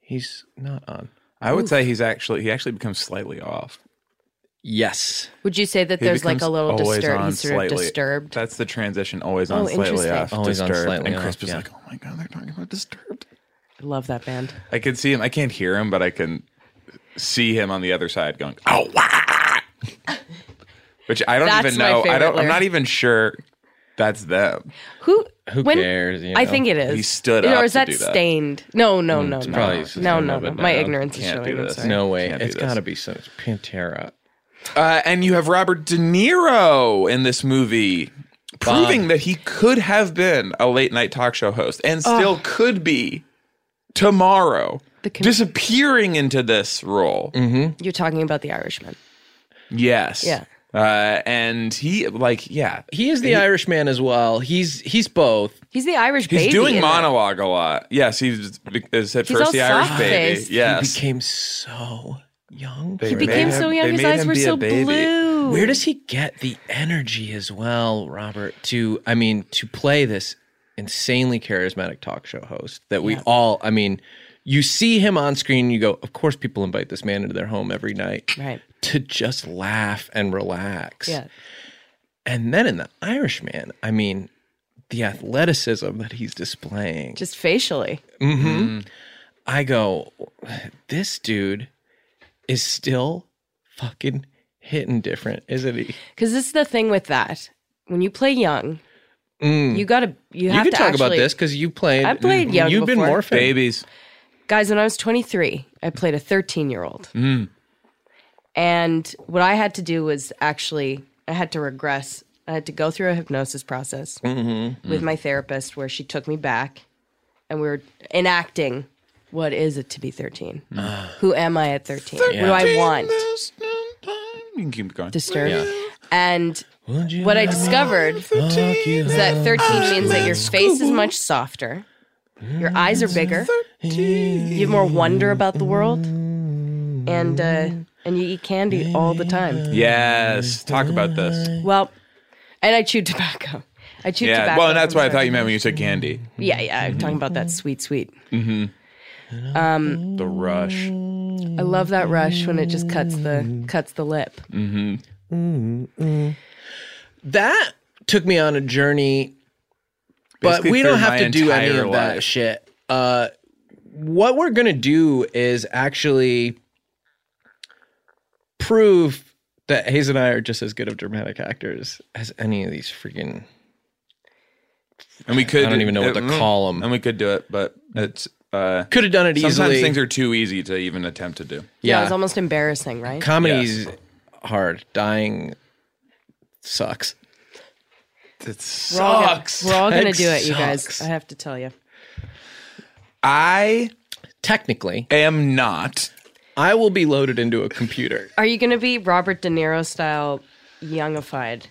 Speaker 2: he's not on.
Speaker 3: I would say he's actually he actually becomes slightly off.
Speaker 2: Yes.
Speaker 4: Would you say that
Speaker 3: He
Speaker 4: there's like a
Speaker 3: becomes
Speaker 4: little
Speaker 3: always
Speaker 4: disturb?
Speaker 3: on
Speaker 4: He's sort of
Speaker 3: slightly.
Speaker 4: disturbed.
Speaker 3: That's the transition. Always on
Speaker 4: Oh,
Speaker 3: slightly
Speaker 4: interesting.
Speaker 3: off.
Speaker 2: Always on
Speaker 3: disturbed.
Speaker 2: slightly
Speaker 3: And
Speaker 2: off,
Speaker 3: Crisp is
Speaker 2: yeah.
Speaker 3: like, oh my god, they're talking about disturbed.
Speaker 4: I love that band.
Speaker 3: I can see him. I can't hear him, but I can see him on the other side going, oh wow. Which I don't
Speaker 4: That's
Speaker 3: even
Speaker 4: my
Speaker 3: know. I
Speaker 4: favorite
Speaker 3: don't. I'm not
Speaker 4: lyric.
Speaker 3: even sure that's them.
Speaker 4: Who?
Speaker 2: Who
Speaker 4: when-
Speaker 2: cares? you
Speaker 4: I
Speaker 2: know?
Speaker 4: think it is.
Speaker 3: He stood
Speaker 4: Or
Speaker 3: up
Speaker 4: is
Speaker 3: to
Speaker 4: that
Speaker 3: do that.
Speaker 4: stained? No, no, no, no.
Speaker 2: probably just
Speaker 4: no,
Speaker 2: one
Speaker 4: no,
Speaker 2: of
Speaker 4: no.
Speaker 2: it
Speaker 4: My
Speaker 2: now.
Speaker 4: ignorance is
Speaker 3: Can't
Speaker 4: showing.
Speaker 3: do
Speaker 4: I'm
Speaker 3: this.
Speaker 4: sorry.
Speaker 2: No way.
Speaker 3: Can't do
Speaker 2: It's
Speaker 3: this.
Speaker 2: got to be some it's Pantera.
Speaker 3: Uh, and you have Robert De Niro in this movie, proving that he could have been a late night talk show host and still could be tomorrow, disappearing into this role.
Speaker 4: You're talking about the Irishman.
Speaker 3: Yes.
Speaker 4: Mm-hmm. Yeah.
Speaker 3: Uh, and he, like, yeah,
Speaker 2: He is the Irishman as well. He's he's both.
Speaker 4: He's the Irish
Speaker 3: he's
Speaker 4: baby.
Speaker 3: doing
Speaker 4: in that.
Speaker 3: monologue a lot. Yes, he's, is at
Speaker 4: He's
Speaker 3: first
Speaker 4: all
Speaker 3: the Irish baby.
Speaker 4: soft-faced.
Speaker 3: Yes.
Speaker 2: He became so young.
Speaker 3: They
Speaker 4: He
Speaker 3: made
Speaker 4: became
Speaker 3: him-
Speaker 4: so
Speaker 3: they
Speaker 4: young. His
Speaker 3: made
Speaker 4: eyes
Speaker 3: him
Speaker 4: were
Speaker 3: be a
Speaker 4: so
Speaker 3: baby.
Speaker 4: blue.
Speaker 2: Where does he get the energy as well, Robert? To I mean, to play this insanely charismatic talk show host that we all. I mean, you see him on screen, you go, of course, people invite this man into their home every night
Speaker 4: Right.
Speaker 2: to just laugh and relax.
Speaker 4: Yeah.
Speaker 2: And then in the Irishman, I mean, the athleticism that he's displaying.
Speaker 4: Just facially.
Speaker 2: I go, this dude is still fucking hitting different, isn't he?
Speaker 4: Because this is the thing with that. When you play young, you gotta you,
Speaker 2: You
Speaker 4: have
Speaker 2: can
Speaker 4: to
Speaker 2: talk
Speaker 4: actually,
Speaker 2: about this because you played.
Speaker 4: I played young
Speaker 2: You've been
Speaker 4: before.
Speaker 2: morphing.
Speaker 3: Babies.
Speaker 4: guys. When I was 23, I played a 13 year old, and what I had to do was actually I had to regress. I had to go through a hypnosis process with my therapist, where she took me back, and we were enacting. What is it to be 13? Who am I at 13? What do I want?
Speaker 3: You can keep going.
Speaker 4: Disturbed. And what I discovered is that 13 means that your face is much softer, your eyes are bigger, you have more wonder about the world, and uh, and you eat candy all the time.
Speaker 3: Yes. Talk about this.
Speaker 4: Well, and I chewed tobacco. I chewed
Speaker 3: Yeah.
Speaker 4: tobacco.
Speaker 3: Well, and that's
Speaker 4: from
Speaker 3: what I thought
Speaker 4: birth.
Speaker 3: you meant when you said candy.
Speaker 4: Yeah, yeah. I'm talking about that sweet, sweet.
Speaker 3: Mm-hmm.
Speaker 4: Um,
Speaker 3: The rush.
Speaker 4: I love that rush when it just cuts the cuts the lip.
Speaker 2: That took me on a journey, but
Speaker 3: Basically
Speaker 2: we don't
Speaker 3: through
Speaker 2: have
Speaker 3: my
Speaker 2: to do any
Speaker 3: entire
Speaker 2: of that
Speaker 3: life.
Speaker 2: shit. Uh, what we're gonna do is actually prove that Hayes and I are just as good of dramatic actors as any of these freaking.
Speaker 3: And we could.
Speaker 2: I don't even know what to
Speaker 3: uh, mm,
Speaker 2: call 'em.
Speaker 3: And we could do it, but it's. Uh,
Speaker 2: Could have done it
Speaker 3: sometimes
Speaker 2: easily.
Speaker 3: things are too easy to even attempt to do.
Speaker 4: Yeah, it's almost embarrassing, right?
Speaker 2: Comedy's hard. Dying sucks.
Speaker 3: It
Speaker 4: We're all gonna-
Speaker 3: sucks.
Speaker 4: We're all gonna do
Speaker 2: Sex
Speaker 4: it, you guys.
Speaker 2: sucks.
Speaker 4: I have to tell you.
Speaker 3: I
Speaker 2: Technically,
Speaker 3: am not.
Speaker 2: I will be loaded into a computer.
Speaker 4: Are you going to be Robert De Niro style youngified,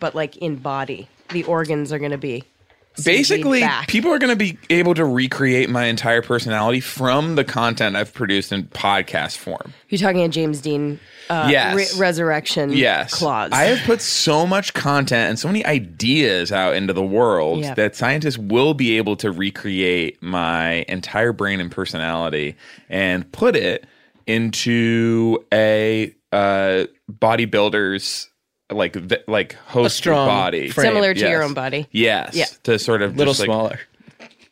Speaker 4: but like in body? The organs are going to be. CG'd
Speaker 3: Basically,
Speaker 4: back.
Speaker 3: people are going to be able to recreate my entire personality from the content I've produced in podcast form.
Speaker 4: You're talking a James Dean uh,
Speaker 3: Yes.
Speaker 4: re- resurrection
Speaker 3: Yes.
Speaker 4: clause.
Speaker 3: I have put so much content and so many ideas out into the world
Speaker 4: Yeah.
Speaker 3: that scientists will be able to recreate my entire brain and personality and put it into a uh, bodybuilder's like th- like host
Speaker 2: strong
Speaker 3: body
Speaker 2: frame.
Speaker 4: Similar to your
Speaker 3: Yes.
Speaker 4: own body.
Speaker 3: Yes,
Speaker 4: Yeah.
Speaker 3: to sort of
Speaker 2: A little
Speaker 3: just, like,
Speaker 2: smaller.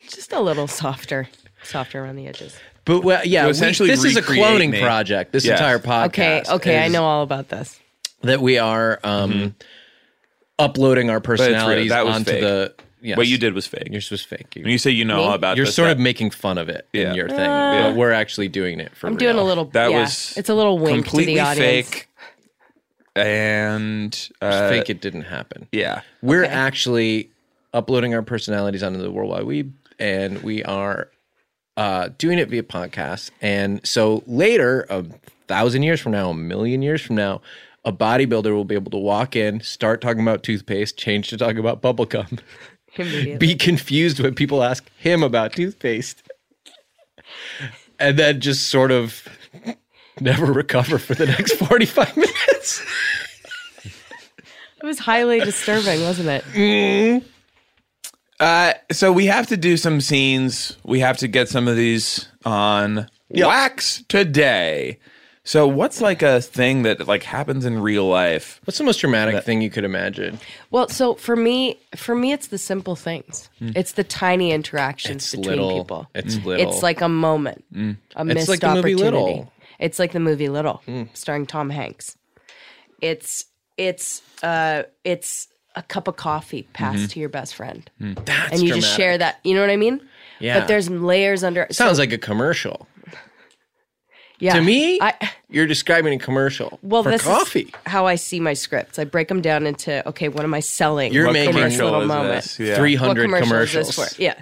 Speaker 4: Just a little softer, softer around the edges.
Speaker 2: But well, yeah,
Speaker 3: So
Speaker 2: we-
Speaker 3: essentially
Speaker 2: this is a
Speaker 3: recreate
Speaker 2: cloning
Speaker 3: me.
Speaker 2: project. This
Speaker 3: Yes.
Speaker 2: entire podcast.
Speaker 4: Okay, okay, I
Speaker 2: is
Speaker 4: know all about this.
Speaker 2: that we are um, uploading our
Speaker 3: Mm-hmm. real.
Speaker 2: personalities
Speaker 3: That was
Speaker 2: onto
Speaker 3: fake.
Speaker 2: the. Yes.
Speaker 3: What you did was fake.
Speaker 2: Yours was fake.
Speaker 3: when you say you know all about
Speaker 2: You're
Speaker 3: this,
Speaker 2: sort
Speaker 3: that-
Speaker 2: of making fun of it
Speaker 3: Yeah.
Speaker 2: in your thing,
Speaker 3: Yeah.
Speaker 2: but we're actually doing it for
Speaker 4: Uh, I'm doing a
Speaker 2: real.
Speaker 4: little.
Speaker 3: That
Speaker 4: yeah,
Speaker 3: was
Speaker 4: It's a little wink to
Speaker 3: completely
Speaker 4: the audience.
Speaker 3: fake. And
Speaker 2: Just
Speaker 3: uh,
Speaker 2: fake it didn't happen.
Speaker 3: yeah,
Speaker 2: We're actually uploading our personalities onto the World Wide Web, and we are uh, doing it via podcast. And so later, a thousand years from now, a million years from now, a bodybuilder will be able to walk in, start talking about toothpaste, change to talking about bubblegum,
Speaker 4: Immediately.
Speaker 2: be confused when people ask him about toothpaste, and then just sort of never recover for the next 45 minutes.
Speaker 4: It was highly disturbing, wasn't it?
Speaker 3: Mm. Uh, so we have to do some scenes. We have to get some of these on wax today.
Speaker 7: So what's like a thing that like happens in real life?
Speaker 2: What's the most dramatic thing you could imagine?
Speaker 4: Well, so for me, for me, it's the simple things.
Speaker 3: Mm.
Speaker 4: It's the tiny interactions
Speaker 2: It's
Speaker 4: between
Speaker 2: little.
Speaker 4: people.
Speaker 2: It's little. Mm.
Speaker 4: It's like a moment, a missed
Speaker 2: It's like the
Speaker 4: opportunity.
Speaker 2: movie Little. Mm.
Speaker 4: It's like the movie Little, starring Tom Hanks. It's it's uh it's a cup of coffee passed to your best friend,
Speaker 2: that's
Speaker 4: and you
Speaker 2: Mm-hmm. Mm. dramatic.
Speaker 4: just share that. You know what I mean?
Speaker 2: Yeah.
Speaker 4: But there's layers under. so-
Speaker 2: Sounds like a commercial.
Speaker 4: yeah.
Speaker 2: To me,
Speaker 4: I,
Speaker 2: you're describing a commercial
Speaker 4: well,
Speaker 2: for
Speaker 4: this
Speaker 2: coffee.
Speaker 4: is how I see my scripts. I break them down into okay, what am I selling?
Speaker 2: You're
Speaker 7: What
Speaker 2: making
Speaker 4: in this
Speaker 2: commercial
Speaker 4: little
Speaker 7: is
Speaker 4: moment.
Speaker 7: this? Yeah.
Speaker 2: Three
Speaker 4: What
Speaker 2: hundred
Speaker 4: commercial is
Speaker 2: commercials.
Speaker 4: this for? Yeah.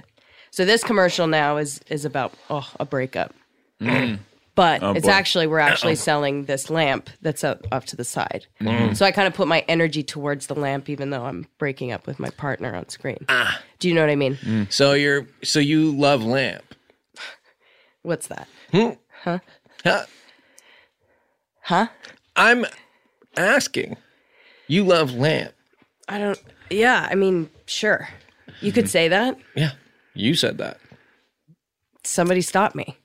Speaker 4: So this commercial now is is about oh a breakup,
Speaker 3: Mm.
Speaker 4: but
Speaker 3: Oh,
Speaker 4: it's
Speaker 7: boy.
Speaker 4: actually we're actually selling this lamp that's up, up to the side.
Speaker 3: Mm.
Speaker 4: So I kind of put my energy towards the lamp, even though I'm breaking up with my partner on screen.
Speaker 3: Ah.
Speaker 4: Do you know what I mean?
Speaker 3: Mm.
Speaker 2: Hmm. So you're so you love lamp.
Speaker 4: What's that?
Speaker 2: Huh?
Speaker 4: Huh?
Speaker 2: I'm asking. You love lamp.
Speaker 4: I don't. Yeah, I mean, sure, you
Speaker 3: Mm-hmm.
Speaker 4: could say that.
Speaker 2: Yeah. You said that.
Speaker 4: Somebody stop me.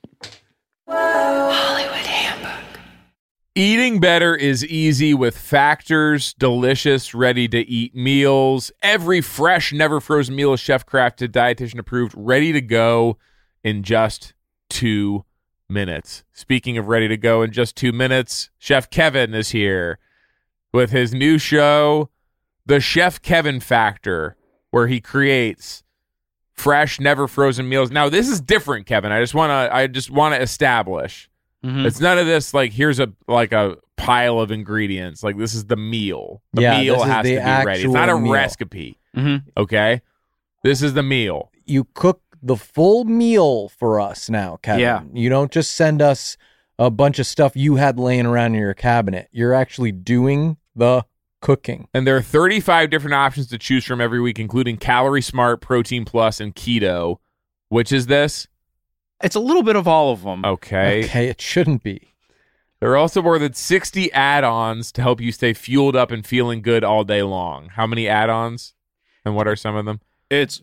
Speaker 3: Eating better is easy with factors, delicious, ready to eat meals. Every fresh, never frozen meal is chef crafted, dietitian approved, ready to go in just two minutes. Speaking of ready to go in just two minutes, Chef Kevin is here with his new show, The Chef Kevin Factor, where he creates fresh, never frozen meals. Now, this is different, Kevin. I just want to I just want to establish
Speaker 5: Mm-hmm.
Speaker 3: it's none of this like here's a like a pile of ingredients. Like this is the meal. The
Speaker 5: Yeah,
Speaker 3: meal
Speaker 5: this is
Speaker 3: has
Speaker 5: the
Speaker 3: to be ready. It's
Speaker 5: actual
Speaker 3: not a
Speaker 5: meal.
Speaker 3: recipe.
Speaker 5: Mhm.
Speaker 3: Okay, this is the meal.
Speaker 5: you cook the full meal for us now, Kevin.
Speaker 3: Yeah.
Speaker 5: You don't just send us a bunch of stuff you had laying around in your cabinet. You're actually doing the cooking.
Speaker 3: And there are 35 different options to choose from every week, including Calorie Smart, Protein Plus, and Keto. Which is this?
Speaker 8: It's a little bit of all of them.
Speaker 3: Okay.
Speaker 5: Okay, it shouldn't be.
Speaker 3: There are also more than 60 add ons to help you stay fueled up and feeling good all day long. How many add ons? And what are some of them?
Speaker 8: It's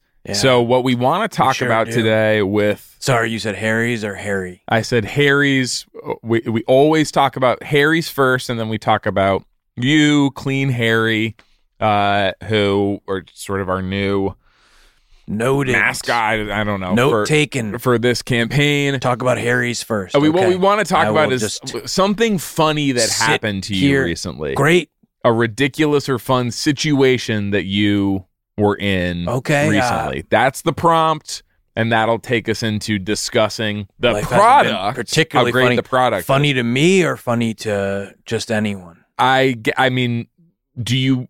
Speaker 3: So what we want to talk
Speaker 9: sure
Speaker 3: about
Speaker 9: do.
Speaker 3: today with
Speaker 9: Sorry, you said Harry's or Harry?
Speaker 3: I said Harry's. uh, We we always talk about Harry's first, and then we talk about you, Clean Harry, uh, who are sort of our new
Speaker 9: Noted.
Speaker 3: mascot. I don't know
Speaker 9: Note
Speaker 3: for,
Speaker 9: taken.
Speaker 3: for this campaign.
Speaker 9: Talk about Harry's first.
Speaker 3: Uh, we what
Speaker 9: okay?
Speaker 3: we want to talk
Speaker 9: I
Speaker 3: about
Speaker 9: will
Speaker 3: is
Speaker 9: just
Speaker 3: something funny that
Speaker 9: sit
Speaker 3: happened to you
Speaker 9: here.
Speaker 3: recently.
Speaker 9: great.
Speaker 3: A ridiculous or fun situation that you were in.
Speaker 9: Okay, uh,
Speaker 3: recently. That's the prompt. And that'll take us into discussing the
Speaker 9: Life hasn't been
Speaker 3: product,
Speaker 9: particularly
Speaker 3: how great
Speaker 9: funny.
Speaker 3: the product. is.
Speaker 9: Funny to me or funny to just anyone?
Speaker 3: I ge- I mean, do you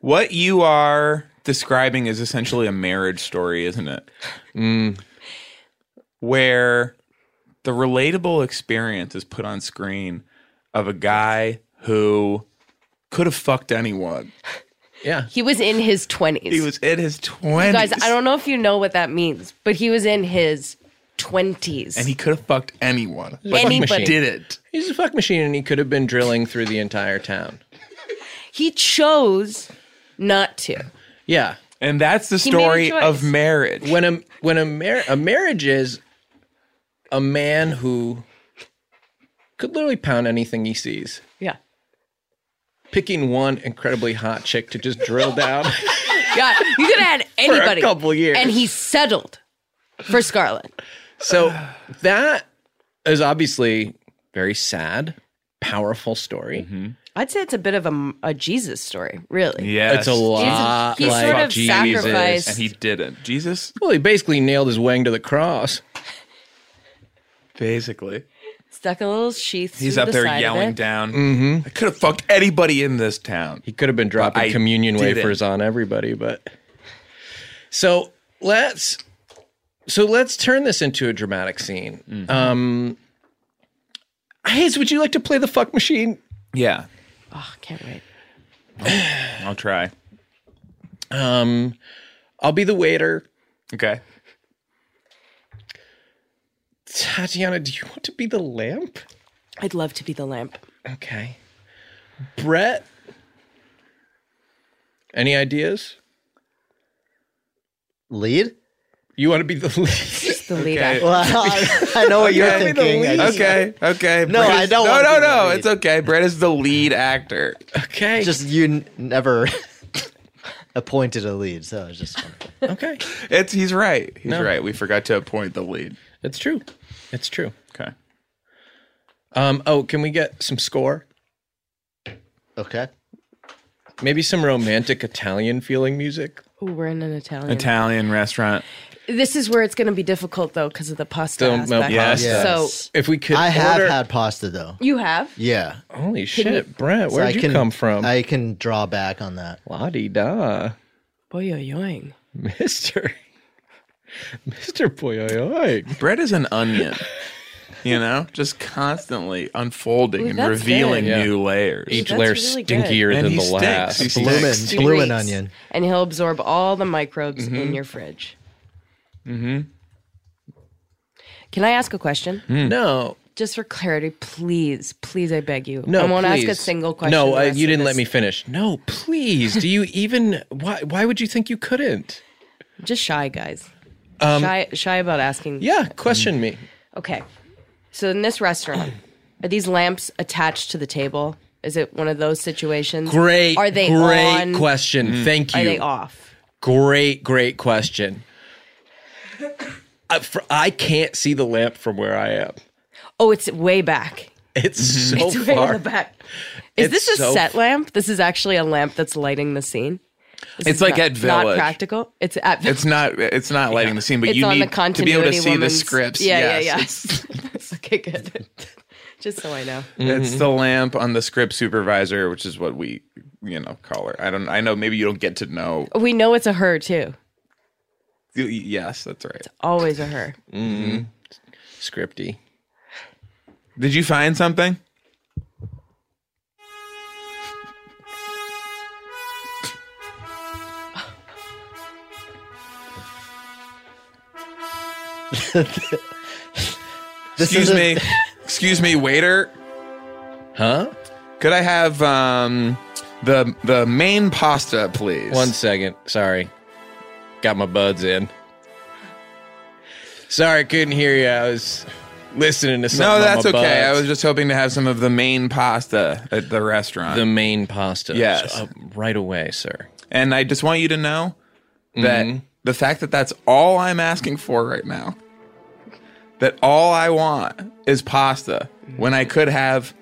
Speaker 3: What you are describing is essentially a marriage story, isn't it? Mm. Where the relatable experience is put on screen of a guy who could have fucked anyone.
Speaker 2: Yeah.
Speaker 4: He was in his 20s.
Speaker 3: He was in his 20s.
Speaker 4: you guys, I don't know if you know what that means, but he was in his 20s.
Speaker 3: and he could have fucked anyone. But
Speaker 4: Anybody.
Speaker 3: he did it.
Speaker 2: He's a fuck machine and he could have been drilling through the entire town.
Speaker 4: He chose not to.
Speaker 2: Yeah.
Speaker 3: And that's the
Speaker 4: He made a
Speaker 3: story of
Speaker 4: choice.
Speaker 3: marriage.
Speaker 2: When a when a mar- a marriage is a man who could literally pound anything he sees.
Speaker 4: Yeah.
Speaker 2: Picking one incredibly hot chick to just drill down.
Speaker 4: Yeah. You could have had anybody.
Speaker 2: couple years.
Speaker 4: And he settled for Scarlett.
Speaker 2: So that is obviously very sad, powerful story.
Speaker 3: Mm-hmm.
Speaker 4: I'd say it's a bit of a, a Jesus story, really.
Speaker 2: It's
Speaker 3: Yes.
Speaker 2: a lot
Speaker 4: Jesus- he
Speaker 2: like
Speaker 4: sort of
Speaker 2: Jesus.
Speaker 4: sacrificed-
Speaker 3: And he didn't. Jesus,
Speaker 2: Well, he basically nailed his wing to the cross.
Speaker 3: basically.
Speaker 4: Stuck a little sheath.
Speaker 3: He's
Speaker 4: through
Speaker 3: up
Speaker 4: the
Speaker 3: there
Speaker 4: side of
Speaker 3: yelling
Speaker 4: it.
Speaker 3: down. I could have fucked anybody in this town.
Speaker 2: He could have been dropping
Speaker 3: I
Speaker 2: communion
Speaker 3: didn't.
Speaker 2: wafers on everybody, but so let's so let's turn this into a dramatic scene.
Speaker 3: Mm-hmm.
Speaker 2: Um Hayes, would you like to play the fuck machine?
Speaker 3: Yeah,
Speaker 4: Oh, can't wait.
Speaker 3: I'll try.
Speaker 2: Um I'll be the waiter.
Speaker 3: Okay.
Speaker 2: Tatiana, do you want to be the lamp?
Speaker 4: I'd love to be the lamp.
Speaker 2: Okay. Brett. Any ideas?
Speaker 6: Lead?
Speaker 2: You want to be the lead?
Speaker 4: The
Speaker 3: Okay.
Speaker 4: lead actor.
Speaker 6: Well, I, I know what you're
Speaker 3: Okay.
Speaker 6: thinking. I just-
Speaker 3: Okay. Okay.
Speaker 6: No,
Speaker 3: Brett
Speaker 6: I
Speaker 3: is-
Speaker 6: don't
Speaker 3: No,
Speaker 6: wanna
Speaker 3: no,
Speaker 6: be the
Speaker 3: no.
Speaker 6: lead.
Speaker 3: It's okay. Brett is the lead actor.
Speaker 2: Okay.
Speaker 6: Just you n- never appointed a lead, so it's just
Speaker 2: okay.
Speaker 3: It's he's right. He's
Speaker 2: No.
Speaker 3: right. We forgot to appoint the lead.
Speaker 2: It's true. It's true.
Speaker 3: Okay.
Speaker 2: Um, oh, can we get some score?
Speaker 6: okay.
Speaker 2: Maybe some romantic Italian feeling music.
Speaker 4: Ooh, we're in an Italian.
Speaker 3: Italian restaurant.
Speaker 4: this is where it's going to be difficult, though, because of the pasta
Speaker 2: Don't melt
Speaker 4: aspect.
Speaker 3: Yes.
Speaker 6: pasta.
Speaker 4: So
Speaker 2: If we could,
Speaker 6: I have
Speaker 2: order-
Speaker 6: had pasta though.
Speaker 4: you have.
Speaker 6: Yeah,
Speaker 2: Holy shit, Brett!
Speaker 6: So
Speaker 2: Where'd
Speaker 6: I
Speaker 2: you
Speaker 6: can-
Speaker 2: come from?
Speaker 6: I can draw back on that.
Speaker 2: La di da,
Speaker 4: Boy, oh, yoing.
Speaker 2: Mister, Mister Boyoyoy.
Speaker 3: Brett is an onion. You know, just constantly unfolding
Speaker 4: Ooh,
Speaker 3: and
Speaker 4: that's
Speaker 3: revealing
Speaker 2: good.
Speaker 3: new layers.
Speaker 2: Each
Speaker 4: that's
Speaker 2: layer
Speaker 4: really good.
Speaker 2: stinkier
Speaker 3: And
Speaker 2: than
Speaker 3: he
Speaker 2: the
Speaker 3: stinks.
Speaker 2: last.
Speaker 3: He's-
Speaker 6: Bloomin',
Speaker 3: Next.
Speaker 6: bloomin' onion.
Speaker 4: And he'll absorb all the microbes in your fridge.
Speaker 2: Mm-hmm.
Speaker 4: Mm-hmm. Can I ask a question?
Speaker 2: Hmm? No,
Speaker 4: Just for clarity, please, please, I beg you.
Speaker 2: no.
Speaker 4: I won't ask a
Speaker 2: please.
Speaker 4: single question.
Speaker 2: No,
Speaker 4: the
Speaker 2: uh,
Speaker 4: rest
Speaker 2: you
Speaker 4: of
Speaker 2: didn't let me
Speaker 4: this.
Speaker 2: finish. No, please. Do you even? Why? Why would you think you couldn't?
Speaker 4: Just shy, guys.
Speaker 2: Um,
Speaker 4: shy, shy about asking.
Speaker 2: Yeah, question me.
Speaker 4: Okay. So in this restaurant, are these lamps attached to the table? Is it one of those situations?
Speaker 2: Great.
Speaker 4: Are they
Speaker 2: great
Speaker 4: on?
Speaker 2: question? Thank you.
Speaker 4: Are they off?
Speaker 2: Great, great question. I, for, I can't see the lamp from where I am.
Speaker 4: Oh, it's way back.
Speaker 2: It's so
Speaker 4: It's way
Speaker 2: far.
Speaker 4: in the back. Is
Speaker 2: It's
Speaker 4: this a
Speaker 2: so
Speaker 4: set lamp? This is actually a lamp that's lighting the scene. This
Speaker 3: It's
Speaker 4: is
Speaker 3: like
Speaker 4: not-
Speaker 3: at Village.
Speaker 4: Not practical. It's at
Speaker 3: It's not. It's not lighting the scene, but
Speaker 4: It's
Speaker 3: you
Speaker 4: on
Speaker 3: need
Speaker 4: the
Speaker 3: to be able to
Speaker 4: continuity
Speaker 3: see the
Speaker 4: woman's-
Speaker 3: scripts.
Speaker 4: Yeah, yeah,
Speaker 3: yes.
Speaker 4: yeah.
Speaker 3: It's-
Speaker 4: okay, good. Just so I know.
Speaker 3: It's the lamp on the script supervisor, which is what we, you know, call her. I don't. I know. Maybe you don't get to know.
Speaker 4: We know it's a her too.
Speaker 3: Y- Yes, that's right.
Speaker 4: Always a her.
Speaker 2: Scripty.
Speaker 3: Did you find something? Excuse me. Excuse me, waiter.
Speaker 2: Huh?
Speaker 3: Could I have um the the main pasta, please?
Speaker 2: One second. Sorry. Got my buds in. Sorry, couldn't hear you. I was listening to something.
Speaker 3: No,
Speaker 2: on
Speaker 3: that's
Speaker 2: my
Speaker 3: okay. I
Speaker 2: buds.
Speaker 3: was just hoping to have some of the main pasta at the restaurant.
Speaker 2: the main pasta.
Speaker 3: Yes.
Speaker 2: So, uh, right away, sir.
Speaker 3: and I just want you to know that the fact that that's all I'm asking for right now, that all I want is pasta when I could have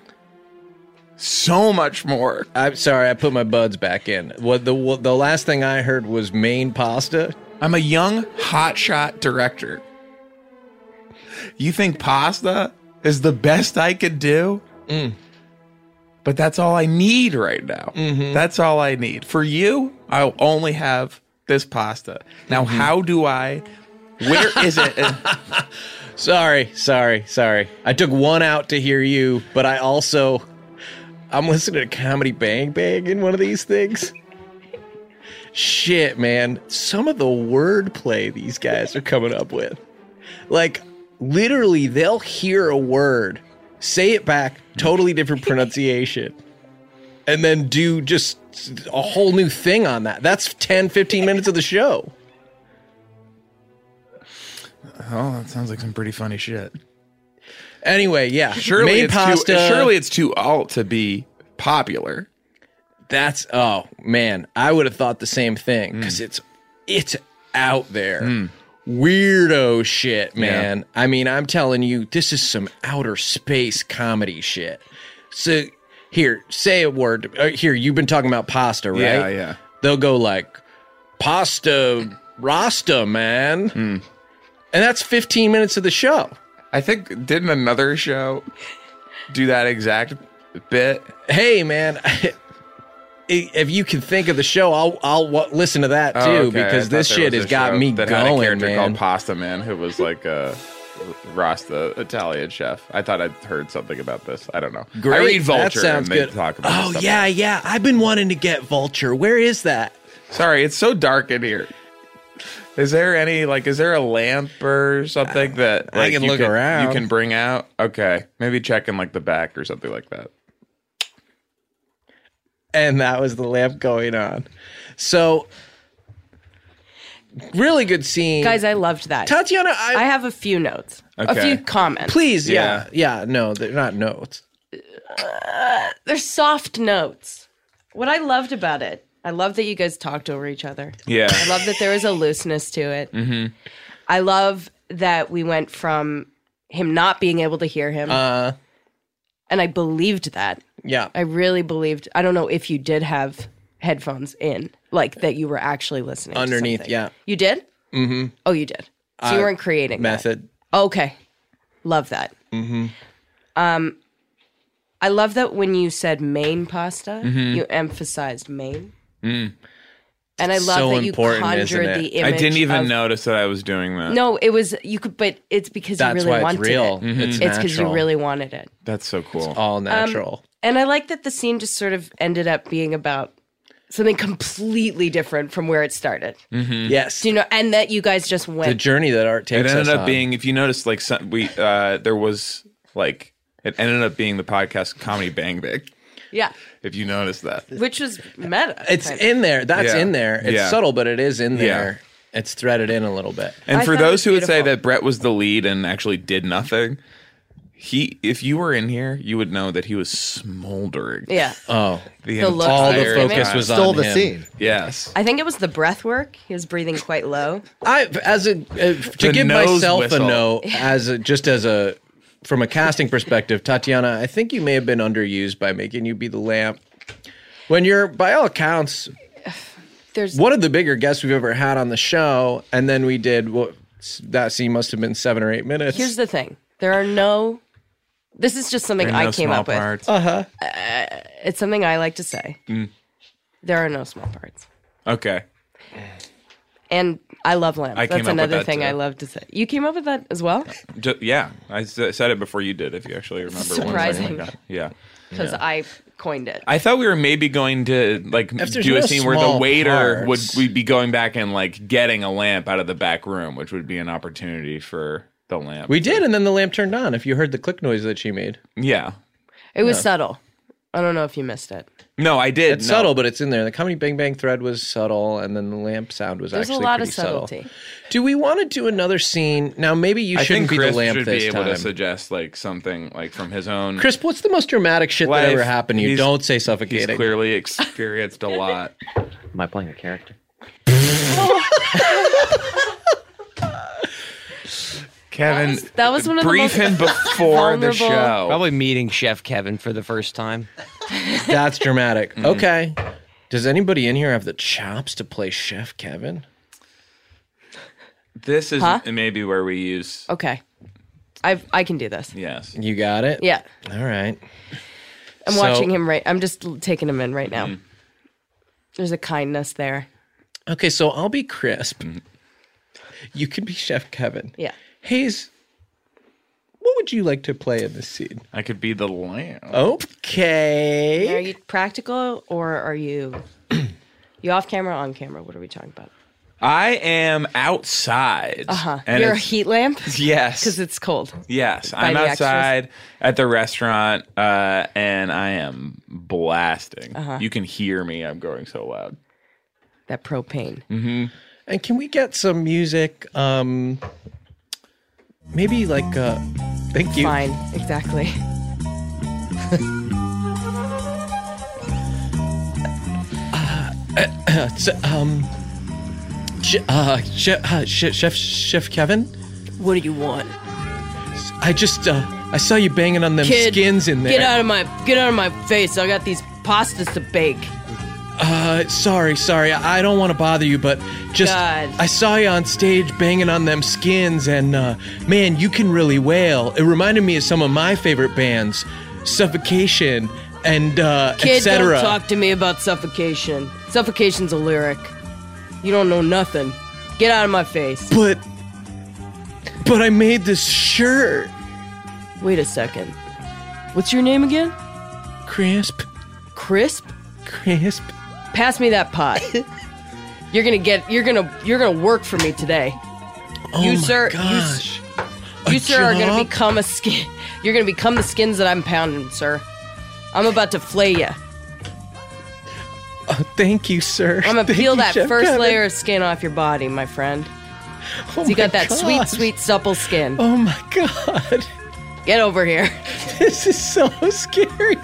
Speaker 3: so much more.
Speaker 2: I'm sorry. I put my buds back in. What the what, the last thing I heard was main pasta.
Speaker 3: I'm a young hotshot director. You think pasta is the best I could do? But that's all I need right now. That's all I need. For you, I'll only have this pasta. Now, how do I? Where is it?
Speaker 2: Sorry, sorry, sorry. I took one out to hear you, but I also I'm listening to comedy bang bang in one of these things. Shit, man. Some of the wordplay these guys are coming up with. Like literally they'll hear a word, say it back, totally different pronunciation. And then do just a whole new thing on that. That's 10, 15 minutes of the show.
Speaker 3: Oh, that sounds like some pretty funny shit.
Speaker 2: Anyway, yeah.
Speaker 3: Surely,
Speaker 2: Main
Speaker 3: it's
Speaker 2: pasta.
Speaker 3: Too, surely it's too alt to be popular.
Speaker 2: That's oh man, I would have thought the same thing
Speaker 3: Hmm.
Speaker 2: because it's it's out there. Weirdo shit, man. I mean, I'm telling you, this is some outer space comedy shit. So here, say a word. Uh, here, you've been talking about pasta, right?
Speaker 3: Yeah, yeah.
Speaker 2: They'll go like pasta rasta, man,
Speaker 3: Hmm.
Speaker 2: and that's 15 minutes of the show.
Speaker 3: I think didn't another show do that exact bit?
Speaker 2: hey man I- if you can think of the show i'll i'll wa listen to that too
Speaker 3: Oh, okay. I
Speaker 2: because
Speaker 3: thought
Speaker 2: this
Speaker 3: there
Speaker 2: shit
Speaker 3: was
Speaker 2: has
Speaker 3: a
Speaker 2: got
Speaker 3: show
Speaker 2: me
Speaker 3: that Had a
Speaker 2: going
Speaker 3: character
Speaker 2: man
Speaker 3: called Pasta Man, who was like a R- Rasta Italian chef. I thought I'd heard something about this. I don't know. I read
Speaker 2: that
Speaker 3: Vulture
Speaker 2: sounds
Speaker 3: and they
Speaker 2: good
Speaker 3: talk about.
Speaker 2: oh
Speaker 3: this stuff.
Speaker 2: yeah yeah i've been wanting to get vulture where is that
Speaker 3: Sorry, it's so dark in here. Is there any like? Is there a lamp or something that
Speaker 2: Uh, I
Speaker 3: like,
Speaker 2: can
Speaker 3: you
Speaker 2: look around.
Speaker 3: You can bring out. Okay, maybe check in like the back or something like that.
Speaker 2: and that was the lamp going on so really good scene
Speaker 4: Guys, I loved that.
Speaker 2: tatiana i,
Speaker 4: I have a few notes, a
Speaker 3: Okay.
Speaker 4: few comments.
Speaker 2: please yeah. yeah no they're not notes
Speaker 4: They're soft notes. What I loved about it, I love that you guys talked over each other.
Speaker 3: Yeah.
Speaker 4: I love that there was a looseness to it.
Speaker 2: Mm-hmm.
Speaker 4: I love that we went from him not being able to hear him,
Speaker 2: uh
Speaker 4: and I believed that.
Speaker 2: yeah
Speaker 4: I really believed. I don't know if you did have headphones in, like that you were actually listening to
Speaker 2: Underneath,
Speaker 4: something.
Speaker 2: yeah.
Speaker 4: You did? Mm-hmm. Oh, you did. So you weren't creating that.
Speaker 2: method
Speaker 4: Okay. Love that. Mm-hmm. Um, I love that when you said main pasta,
Speaker 2: Mm-hmm.
Speaker 4: you emphasized main. And I love
Speaker 2: Mm. So
Speaker 4: that you
Speaker 2: important, isn't
Speaker 4: conjured
Speaker 2: it?
Speaker 4: the image.
Speaker 3: I didn't even
Speaker 4: of-
Speaker 3: notice that I was doing that.
Speaker 4: No, it was you could, but it's because
Speaker 2: that's
Speaker 4: you really
Speaker 2: why it's
Speaker 4: wanted
Speaker 2: real Mm-hmm.
Speaker 4: it.
Speaker 2: it's
Speaker 4: It's because you
Speaker 2: natural.
Speaker 4: really wanted it.
Speaker 3: that's so cool.
Speaker 2: all natural
Speaker 4: And I like that the scene just sort of ended up being about something completely different from where it started.
Speaker 2: yes
Speaker 4: Um, Do you know? And that you guys just went.
Speaker 2: Mm. the journey that art
Speaker 3: it
Speaker 2: takes
Speaker 3: ended
Speaker 2: us
Speaker 3: up
Speaker 2: on.
Speaker 3: being if you noticed like some, we uh there was like it ended up being the podcast comedy bang bang
Speaker 4: yeah.
Speaker 3: if you noticed that
Speaker 4: Which was meta.
Speaker 2: It's
Speaker 4: kind of.
Speaker 2: in there. That's
Speaker 3: Yeah.
Speaker 2: in there. It's
Speaker 3: Yeah.
Speaker 2: subtle, but it is in
Speaker 3: Yeah.
Speaker 2: there. It's threaded in a little bit.
Speaker 3: and
Speaker 4: I
Speaker 3: for
Speaker 4: thought it
Speaker 3: those
Speaker 4: was
Speaker 3: who would say
Speaker 4: beautiful.
Speaker 3: that brett was the lead and actually did nothing he if you were in here you would know that he was smoldering
Speaker 4: Yeah.
Speaker 2: Oh,
Speaker 3: the
Speaker 4: The look-
Speaker 2: all the
Speaker 3: entire
Speaker 2: focus
Speaker 3: time.
Speaker 2: was
Speaker 6: Stole
Speaker 2: on
Speaker 6: the
Speaker 2: him.
Speaker 6: scene.
Speaker 3: yes
Speaker 4: I think it was the breath work. He was breathing quite low.
Speaker 2: I as a uh, to
Speaker 3: The
Speaker 2: give
Speaker 3: nose
Speaker 2: myself
Speaker 3: whistle.
Speaker 2: a no as a, just as a from a casting perspective, Tatiana, I think you may have been underused by making you be the lamp. When you're by all accounts
Speaker 4: There's
Speaker 2: one of the bigger guests we've ever had on the show, and then we did what that scene must have been seven or eight minutes.
Speaker 4: here's the thing. There are no. This is just something
Speaker 3: There are
Speaker 4: I
Speaker 3: no
Speaker 4: came
Speaker 3: small
Speaker 4: up with.
Speaker 3: parts. Mm.
Speaker 4: It's something I like to say. There are no small parts.
Speaker 3: okay
Speaker 4: And I love lamb.
Speaker 3: I came
Speaker 4: That's
Speaker 3: up with
Speaker 4: another
Speaker 3: that
Speaker 4: thing I
Speaker 3: too.
Speaker 4: love to say. You came up with that as well?
Speaker 3: Ju- yeah i s- said it before you did if you actually remember when it was like
Speaker 4: Surprising.
Speaker 3: that. yeah
Speaker 4: because
Speaker 3: Yeah.
Speaker 4: I coined it.
Speaker 3: I thought we were maybe going to like
Speaker 4: If there's
Speaker 3: do a
Speaker 4: no
Speaker 3: scene where the
Speaker 4: small
Speaker 3: waiter would
Speaker 4: parts.
Speaker 3: would be going back and like getting a lamp out of the back room, which would be an opportunity for the lamp.
Speaker 2: We did, and then the lamp turned on. If you heard the click noise that she made,
Speaker 3: yeah,
Speaker 4: It was
Speaker 2: Yeah.
Speaker 4: subtle. I don't know if you missed it.
Speaker 3: No, I did.
Speaker 2: It's
Speaker 3: no.
Speaker 2: subtle, but it's in there. The comedy Bang Bang thread was subtle, and then the lamp sound was
Speaker 4: There's a
Speaker 2: actually
Speaker 4: lot
Speaker 2: pretty
Speaker 4: of
Speaker 2: subtle.
Speaker 4: subtlety.
Speaker 2: Do we want to do another scene now? Maybe you
Speaker 3: I
Speaker 2: shouldn't
Speaker 3: think
Speaker 2: be
Speaker 3: Chris
Speaker 2: the lamp
Speaker 3: should
Speaker 2: this
Speaker 3: be able
Speaker 2: time.
Speaker 3: to suggest like something like from his own.
Speaker 2: Chris, what's the most dramatic shit
Speaker 3: life.
Speaker 2: that ever happened? to You
Speaker 3: He's-
Speaker 2: don't say suffocating.
Speaker 3: He's clearly experienced a lot. Am I playing a character?
Speaker 10: Kevin,
Speaker 4: that was one of the brief most him
Speaker 3: before
Speaker 4: the vulnerable- show.
Speaker 10: Probably meeting Chef Kevin for the first time.
Speaker 2: That's dramatic.
Speaker 3: Mm-hmm.
Speaker 2: Okay. Does anybody in here have the chops to play Chef Kevin?
Speaker 3: This is
Speaker 4: Huh?
Speaker 3: maybe where we use.
Speaker 4: Okay, I I can do this.
Speaker 3: Yes.
Speaker 2: You got it?
Speaker 4: Yeah,
Speaker 2: All right.
Speaker 4: I'm
Speaker 2: So-
Speaker 4: watching him right. I'm just l- taking him in right now.
Speaker 3: Mm.
Speaker 4: There's a kindness there.
Speaker 2: Okay, so I'll be crisp.
Speaker 3: Mm-hmm.
Speaker 2: You can be Chef Kevin.
Speaker 4: Yeah.
Speaker 2: Hayes, what would you like to play in this scene?
Speaker 3: I could be the lamp.
Speaker 2: Okay.
Speaker 4: Are you practical or are you you off camera, on camera? What are we talking about?
Speaker 3: I am outside.
Speaker 4: Uh huh.
Speaker 3: and
Speaker 4: You're a
Speaker 3: it's-
Speaker 4: heat lamp.
Speaker 3: Yes.
Speaker 4: because it's cold.
Speaker 3: Yes,
Speaker 4: By
Speaker 3: I'm
Speaker 4: the extras?
Speaker 3: outside at the restaurant, uh, and I am blasting.
Speaker 4: Uh-huh.
Speaker 3: You can hear me. I'm going so loud.
Speaker 4: That propane.
Speaker 3: Mm-hmm.
Speaker 2: And can we get some music? Um maybe like uh thank you.
Speaker 4: Fine, exactly.
Speaker 2: so, um Ch- uh, chef, uh, Ch- chef, chef Kevin,
Speaker 4: what do you want?
Speaker 2: I just uh, I saw you banging on them
Speaker 4: Kid,
Speaker 2: skins in there.
Speaker 4: Get out of my get out of my face. I got these pastas to bake.
Speaker 2: Uh, sorry, sorry. I I don't want to bother you, but just
Speaker 4: God.
Speaker 2: I saw you on stage banging on them skins, and uh, man, you can really wail. It reminded me of some of my favorite bands, Suffocation and uh,
Speaker 4: Kid,
Speaker 2: etc.
Speaker 4: don't talk to me about suffocation. Suffocation's a lyric. You don't know nothing. Get out of my face.
Speaker 2: But but I made this shirt.
Speaker 4: Wait a second. What's your name again?
Speaker 2: Crisp.
Speaker 4: Crisp?
Speaker 2: Crisp.
Speaker 4: Pass me that pot. you're gonna get you're gonna you're gonna work for me today.
Speaker 2: Oh
Speaker 4: you
Speaker 2: my
Speaker 4: sir you s-
Speaker 2: gosh.
Speaker 4: you,
Speaker 2: A
Speaker 4: sir are gonna
Speaker 2: job?
Speaker 4: become a skin you're gonna become the skins that I'm pounding, sir. I'm about to flay you.
Speaker 2: Uh, thank you, sir.
Speaker 4: I'm gonna
Speaker 2: Thank
Speaker 4: peel
Speaker 2: you,
Speaker 4: that
Speaker 2: Chef
Speaker 4: first
Speaker 2: Kevin.
Speaker 4: layer of skin off your body, my friend.
Speaker 2: Oh
Speaker 4: you got
Speaker 2: my
Speaker 4: that sweet,
Speaker 2: gosh.
Speaker 4: sweet, supple skin.
Speaker 2: Oh my god.
Speaker 4: Get over here.
Speaker 2: This is so scary.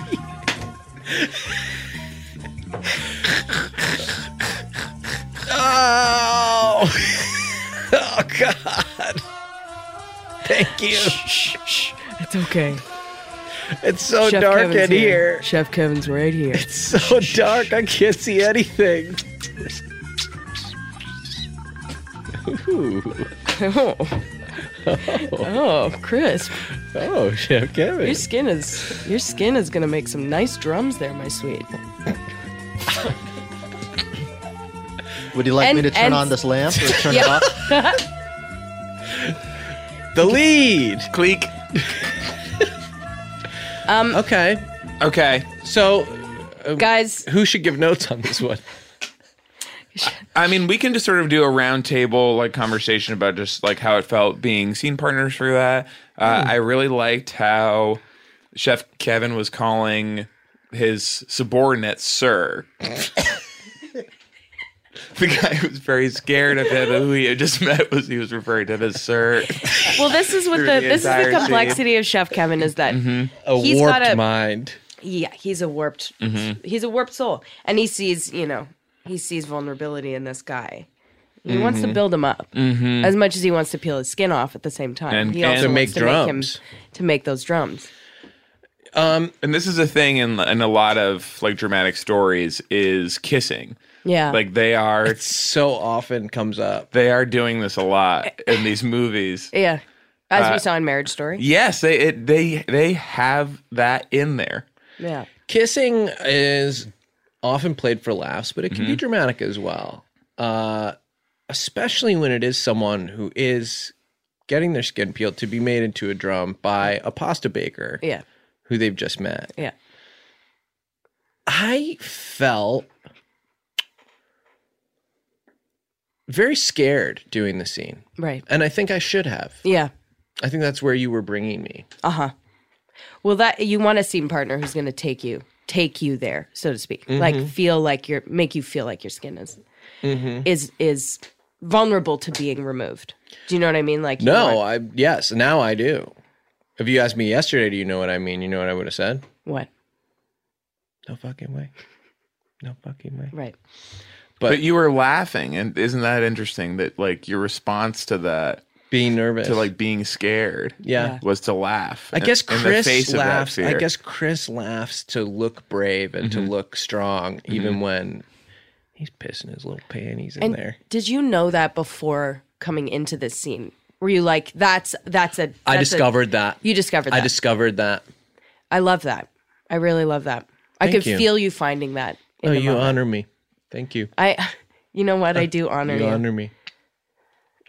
Speaker 2: Oh. oh God. Thank you.
Speaker 4: It's okay.
Speaker 2: It's so dark in here.
Speaker 4: Chef Kevin's right here.
Speaker 2: It's so dark I can't see anything. Ooh.
Speaker 4: oh. oh, crisp.
Speaker 2: Oh, Chef Kevin.
Speaker 4: Your skin is your skin is gonna make some nice drums there, my sweet.
Speaker 6: Would you like me
Speaker 4: And-
Speaker 6: to turn
Speaker 4: and-
Speaker 6: on this lamp or turn it
Speaker 4: Yeah.
Speaker 6: off?
Speaker 2: The lead.
Speaker 3: Cleek.
Speaker 4: um.
Speaker 2: Okay.
Speaker 3: Okay.
Speaker 2: So, uh,
Speaker 4: guys,
Speaker 2: who should give notes on this one?
Speaker 3: I mean, we can just sort of do a round table like conversation about just like how it felt being scene partners for that. Uh, I really liked how Chef Kevin was calling his subordinate sir. the guy who was very scared of him, who he had just met, was he was referring to him as sir.
Speaker 4: Well, this is what
Speaker 3: Through
Speaker 4: the,
Speaker 3: the
Speaker 4: this is
Speaker 3: entire
Speaker 4: the
Speaker 3: scene.
Speaker 4: complexity of Chef Kevin is that
Speaker 2: A
Speaker 4: He's
Speaker 2: warped
Speaker 4: gotta-
Speaker 2: mind.
Speaker 4: yeah he's a warped
Speaker 2: Mhm.
Speaker 3: Mm-hmm.
Speaker 4: he's a warped soul and he sees you know he sees vulnerability in this guy. He wants to
Speaker 3: Mm-hmm.
Speaker 2: Mhm.
Speaker 4: build him up
Speaker 2: Mhm.
Speaker 4: as much as he wants to peel his skin off at the same time.
Speaker 3: And-
Speaker 4: he
Speaker 3: and- To make
Speaker 4: wants
Speaker 3: drums.
Speaker 4: to make those drums.
Speaker 2: Um,
Speaker 3: and this is a thing in in a lot of like dramatic stories is kissing.
Speaker 4: Yeah.
Speaker 3: Like they are
Speaker 2: so often comes up.
Speaker 3: They are doing this a lot in these movies.
Speaker 4: Yeah. As we
Speaker 3: Uh,
Speaker 4: saw in Marriage Story.
Speaker 3: Yes, they it, they they have that in there.
Speaker 4: Yeah.
Speaker 2: Kissing is often played for laughs, but it can be dramatic as well. Uh, especially when it is someone who is getting their skin peeled to be made into a drum by a pasta baker
Speaker 4: Yeah.
Speaker 2: who they've just met.
Speaker 4: Yeah.
Speaker 2: I felt very scared doing the scene.
Speaker 4: Right.
Speaker 2: And I think I should have.
Speaker 4: Yeah.
Speaker 2: I think that's where you were bringing me.
Speaker 4: Uh huh. Well, that you want a scene partner who's going to take you, take you there, so to speak. Like
Speaker 2: Mhm.
Speaker 4: feel like you're, make you feel like your skin is
Speaker 2: Mhm.
Speaker 4: is is vulnerable to being removed. Do you know what I mean? Like you
Speaker 2: No,
Speaker 4: want-
Speaker 2: I yes, now I do. If you asked me yesterday, do you know what I mean? You know what I would have said?
Speaker 4: What?
Speaker 2: No fucking way. No fucking way.
Speaker 4: Right.
Speaker 3: But, you were laughing, and isn't that interesting? That like your response to that
Speaker 2: being nervous,
Speaker 3: to like being scared,
Speaker 2: Yeah. Yeah.
Speaker 3: was to laugh.
Speaker 2: I guess
Speaker 3: in the
Speaker 2: Chris
Speaker 3: face of that
Speaker 2: laughs. I
Speaker 3: fear. Mm-hmm.
Speaker 2: guess Chris laughs to look brave and to look strong, even when he's pissing his little panties in
Speaker 4: And
Speaker 2: there.
Speaker 4: did you know that before coming into this scene? Were you like, that's that's a?
Speaker 2: I
Speaker 4: that's a-
Speaker 2: discovered that.
Speaker 4: You discovered that.
Speaker 2: I discovered that.
Speaker 4: I love that. I really love that. I
Speaker 2: Thank
Speaker 4: could
Speaker 2: you.
Speaker 4: feel you finding that. In
Speaker 2: Oh,
Speaker 4: the
Speaker 2: you
Speaker 4: moment.
Speaker 2: honor me. Thank you.
Speaker 4: I, you know what? I do honor you.
Speaker 2: You honor me.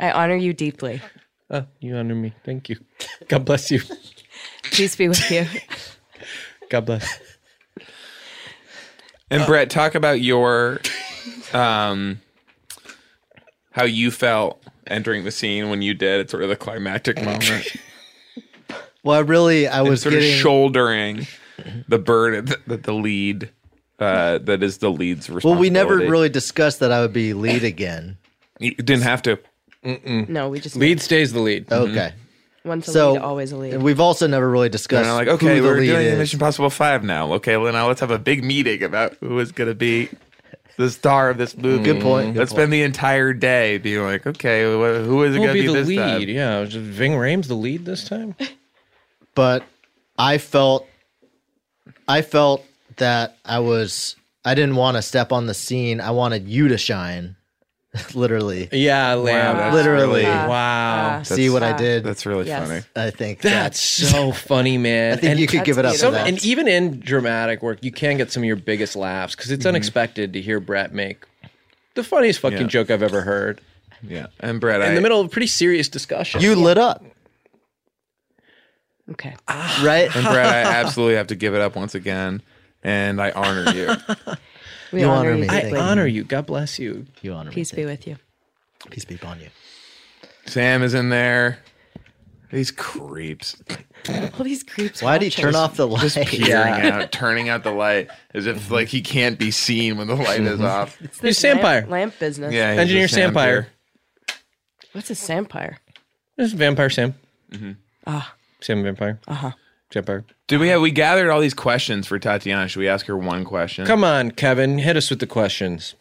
Speaker 4: I honor you deeply.
Speaker 2: Oh, you honor me. Thank you. God bless you.
Speaker 4: Peace be with you.
Speaker 2: God bless. uh,
Speaker 3: And Brett, talk about your um how you felt entering the scene when you did. It's sort of the climactic moment.
Speaker 6: Well, I really, I
Speaker 3: And
Speaker 6: was
Speaker 3: sort
Speaker 6: getting
Speaker 3: of shouldering the burden that the, lead uh that is the lead's
Speaker 6: Well, we
Speaker 3: responsibility.
Speaker 6: never really discussed that I would be lead again.
Speaker 3: You didn't have to.
Speaker 4: No, we just
Speaker 2: lead stays the lead.
Speaker 3: Mm-hmm.
Speaker 6: Okay.
Speaker 4: Once a
Speaker 6: So,
Speaker 4: lead, always a lead.
Speaker 6: And we've also never really discussed.
Speaker 3: And I'm like, okay,
Speaker 6: who the
Speaker 3: we're
Speaker 6: lead
Speaker 3: doing
Speaker 6: is.
Speaker 3: Mission Possible Five now. Okay, well, now let's have a big meeting about who is going to be the star of this movie.
Speaker 6: Good point, good
Speaker 3: Let's spend the entire day being like, okay, wh- who is it
Speaker 2: Who'll
Speaker 3: going to be,
Speaker 2: be the
Speaker 3: this
Speaker 2: lead?
Speaker 3: time?
Speaker 2: Yeah, was just Ving Rhames the lead this time.
Speaker 6: but I felt I felt that I was I didn't want to step on the scene. I wanted you to shine. Literally.
Speaker 2: Yeah, Lamb.
Speaker 6: that's Literally. really-
Speaker 2: wow.
Speaker 6: See what I did?
Speaker 3: That's really
Speaker 6: Yes. funny. I think
Speaker 2: that's so funny, man.
Speaker 6: I think you could give it up for
Speaker 2: some-
Speaker 6: that.
Speaker 2: And even in dramatic work, you can get some of your biggest laughs because it's unexpected to hear Brett make the funniest fucking
Speaker 3: Yeah.
Speaker 2: joke I've ever heard
Speaker 3: Yeah, and Brett,
Speaker 2: in
Speaker 3: I,
Speaker 2: the middle of a pretty serious discussion.
Speaker 6: you lit up.
Speaker 4: Okay.
Speaker 6: Ah, Right?
Speaker 3: and Brett, I absolutely have to give it up once again, and I honor you.
Speaker 4: We
Speaker 6: you
Speaker 4: honor,
Speaker 6: honor
Speaker 4: you.
Speaker 6: me.
Speaker 2: I
Speaker 6: Thank
Speaker 2: honor you. God bless you.
Speaker 6: You honor
Speaker 4: Peace be with you.
Speaker 6: me. Peace be upon you.
Speaker 3: Sam is in there. These creeps.
Speaker 4: All these creeps.
Speaker 6: Why did he turn
Speaker 4: watching.
Speaker 6: off the light?
Speaker 3: Just peering out, turning out the light as if like he can't be seen when the light is
Speaker 6: Mm-hmm.
Speaker 3: off.
Speaker 4: It's this
Speaker 2: He's Sampire.
Speaker 4: Lamp, lamp business.
Speaker 3: Yeah, he's a
Speaker 2: Engineer Sampire.
Speaker 4: What's a Sampire?
Speaker 11: Ah,
Speaker 2: This is Vampire Sam.
Speaker 4: Ah.
Speaker 2: Sam Vampire.
Speaker 4: Uh huh.
Speaker 2: Vampire.
Speaker 3: Do we have? We gathered all these questions for Tatiana. Should we ask her one question?
Speaker 2: Come on, Kevin. Hit us with the questions.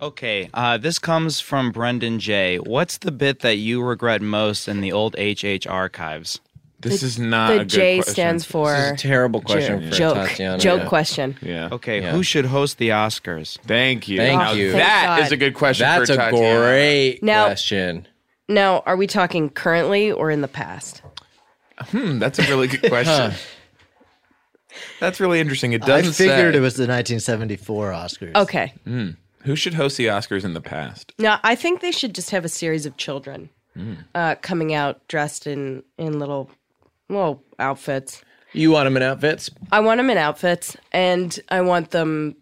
Speaker 11: Okay, uh, this comes from Brendan J. What's the bit that you regret most in the old HH archives?
Speaker 3: This
Speaker 4: The-
Speaker 3: is not
Speaker 4: the J stands for
Speaker 2: terrible
Speaker 11: question
Speaker 4: jo-
Speaker 11: for
Speaker 4: joke.
Speaker 11: Tatiana,
Speaker 4: Joke
Speaker 11: yeah.
Speaker 4: question.
Speaker 3: Yeah.
Speaker 11: Okay,
Speaker 4: Yeah.
Speaker 11: who should host the Oscars?
Speaker 3: Thank you.
Speaker 11: Thank
Speaker 4: Now
Speaker 11: you.
Speaker 3: That
Speaker 4: God.
Speaker 3: is a good question.
Speaker 2: That's
Speaker 3: for
Speaker 2: a
Speaker 3: Tatiana.
Speaker 2: great
Speaker 4: Now-
Speaker 2: question.
Speaker 4: Now, are we talking currently or in the past?
Speaker 11: Mm-hmm.
Speaker 3: Hmm, that's a really good question. That's really interesting. It
Speaker 6: I
Speaker 3: doesn't
Speaker 6: figured
Speaker 3: say.
Speaker 6: it was the 1974 Oscars.
Speaker 4: Okay.
Speaker 3: Hmm. Who should host the Oscars in the past?
Speaker 4: Now, I think they should just have a series of children
Speaker 11: Mm.
Speaker 4: uh, coming out dressed in in little little outfits.
Speaker 2: You want him in outfits?
Speaker 4: I want them in outfits, and I want them.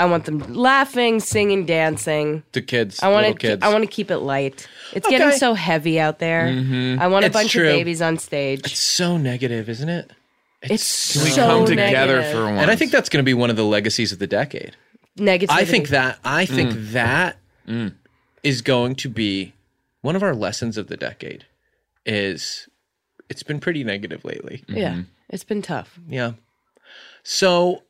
Speaker 4: I want them laughing, singing, dancing.
Speaker 2: The kids.
Speaker 4: I want
Speaker 2: little
Speaker 4: to.
Speaker 2: kids.
Speaker 4: I want to keep it light. It's getting
Speaker 2: Okay.
Speaker 4: so heavy out there.
Speaker 2: Mhm.
Speaker 4: I want a
Speaker 2: It's
Speaker 4: bunch
Speaker 2: true.
Speaker 4: of babies on stage.
Speaker 2: It's so negative, isn't it?
Speaker 4: It's,
Speaker 2: Can
Speaker 4: so
Speaker 2: we come
Speaker 3: together
Speaker 4: negative.
Speaker 3: for
Speaker 2: And I think that's going to be one of the legacies of the decade.
Speaker 4: Negativity.
Speaker 2: I think that I think
Speaker 3: Mm.
Speaker 2: that is going to be one of our lessons of the decade is it's been pretty negative lately.
Speaker 4: Yeah, it's been tough.
Speaker 2: Yeah. So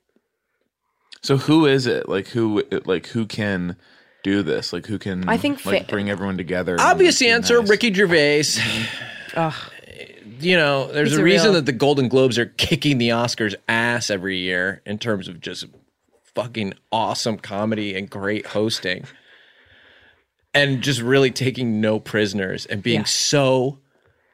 Speaker 3: So who is it? Like who? Like who can do this? Like who can?
Speaker 2: I think
Speaker 3: like
Speaker 2: fa-
Speaker 3: bring everyone together. and, like,
Speaker 2: obvious
Speaker 3: be
Speaker 2: answer,
Speaker 3: nice?
Speaker 2: Ricky Gervais. You know, there's
Speaker 4: He's
Speaker 2: a
Speaker 4: a
Speaker 2: reason
Speaker 4: real-
Speaker 2: that the Golden Globes are kicking the Oscars ass every year in terms of just fucking awesome comedy and great hosting. And just really taking no prisoners and being
Speaker 4: Yeah.
Speaker 2: so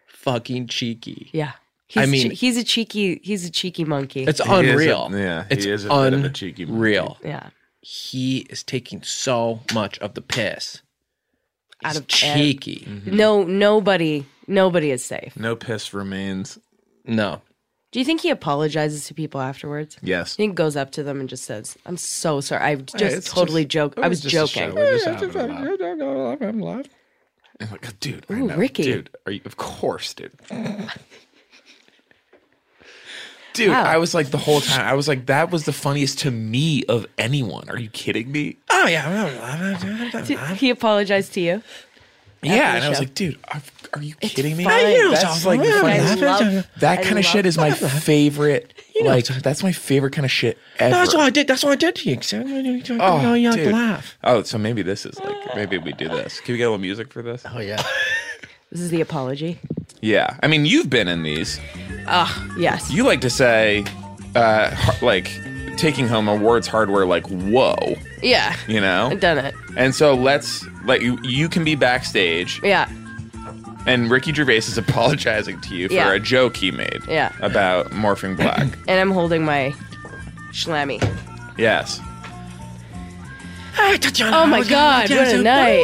Speaker 2: fucking cheeky.
Speaker 4: Yeah,
Speaker 2: I
Speaker 4: he's
Speaker 2: mean-
Speaker 4: che- he's a cheeky. He's a cheeky monkey.
Speaker 2: It's unreal.
Speaker 3: yeah, he
Speaker 2: it's
Speaker 3: is a bit
Speaker 2: unreal.
Speaker 3: of a cheeky monkey.
Speaker 4: Yeah.
Speaker 2: he is taking so much of the piss.
Speaker 4: Out
Speaker 2: He's
Speaker 4: of ev-
Speaker 3: Mm-hmm.
Speaker 2: cheeky.
Speaker 4: No, nobody, nobody is safe.
Speaker 3: No piss remains.
Speaker 2: No.
Speaker 4: Do you think he apologizes to people afterwards?
Speaker 3: Yes.
Speaker 4: He goes up to them and just says, "I'm so sorry. I just
Speaker 3: Hey, it's
Speaker 4: totally
Speaker 3: just-
Speaker 4: joke.
Speaker 3: it
Speaker 4: I was
Speaker 3: was just a
Speaker 4: joking."
Speaker 3: show. We're just having a laugh.
Speaker 2: I'm live.
Speaker 3: I'm like, dude, I
Speaker 4: Ooh,
Speaker 3: know.
Speaker 4: Ricky.
Speaker 3: Dude, are you? Of course, dude. Dude,
Speaker 4: Wow.
Speaker 3: I was like the whole time. I was like, that was the funniest to me of anyone. Are you kidding me? Oh yeah.
Speaker 4: Did he apologized to you.
Speaker 3: Yeah,
Speaker 4: After
Speaker 3: and
Speaker 4: the
Speaker 3: I was
Speaker 4: show.
Speaker 3: like, dude, are, are you
Speaker 4: It's
Speaker 3: kidding me?
Speaker 4: fine. Yeah, you know,
Speaker 3: That's
Speaker 4: it's
Speaker 3: like the
Speaker 4: fine.
Speaker 3: funniest-
Speaker 4: I love-
Speaker 3: that
Speaker 4: I
Speaker 3: kind of
Speaker 4: love-
Speaker 3: shit is my favorite. like that's my favorite kind of shit ever.
Speaker 2: That's what I did. That's what I did to you. Oh,
Speaker 3: Oh,
Speaker 2: you
Speaker 3: dude.
Speaker 2: laugh.
Speaker 3: oh, so maybe this is like maybe we do this. Can we get a little music for this?
Speaker 6: Oh yeah.
Speaker 4: This is the apology.
Speaker 3: Yeah, I mean you've been in these.
Speaker 4: Ah, yes.
Speaker 3: You like to say, uh, har- like taking home awards hardware, like whoa,
Speaker 4: Yeah.
Speaker 3: you know.
Speaker 4: I've done it.
Speaker 3: And so let's let you. You can be backstage,
Speaker 4: Yeah.
Speaker 3: and Ricky Gervais is apologizing to you for
Speaker 4: Yeah.
Speaker 3: a joke he made.
Speaker 4: Yeah.
Speaker 3: About morphing black.
Speaker 4: And I'm holding my shlammy.
Speaker 3: yes.
Speaker 4: Oh my god, what a night.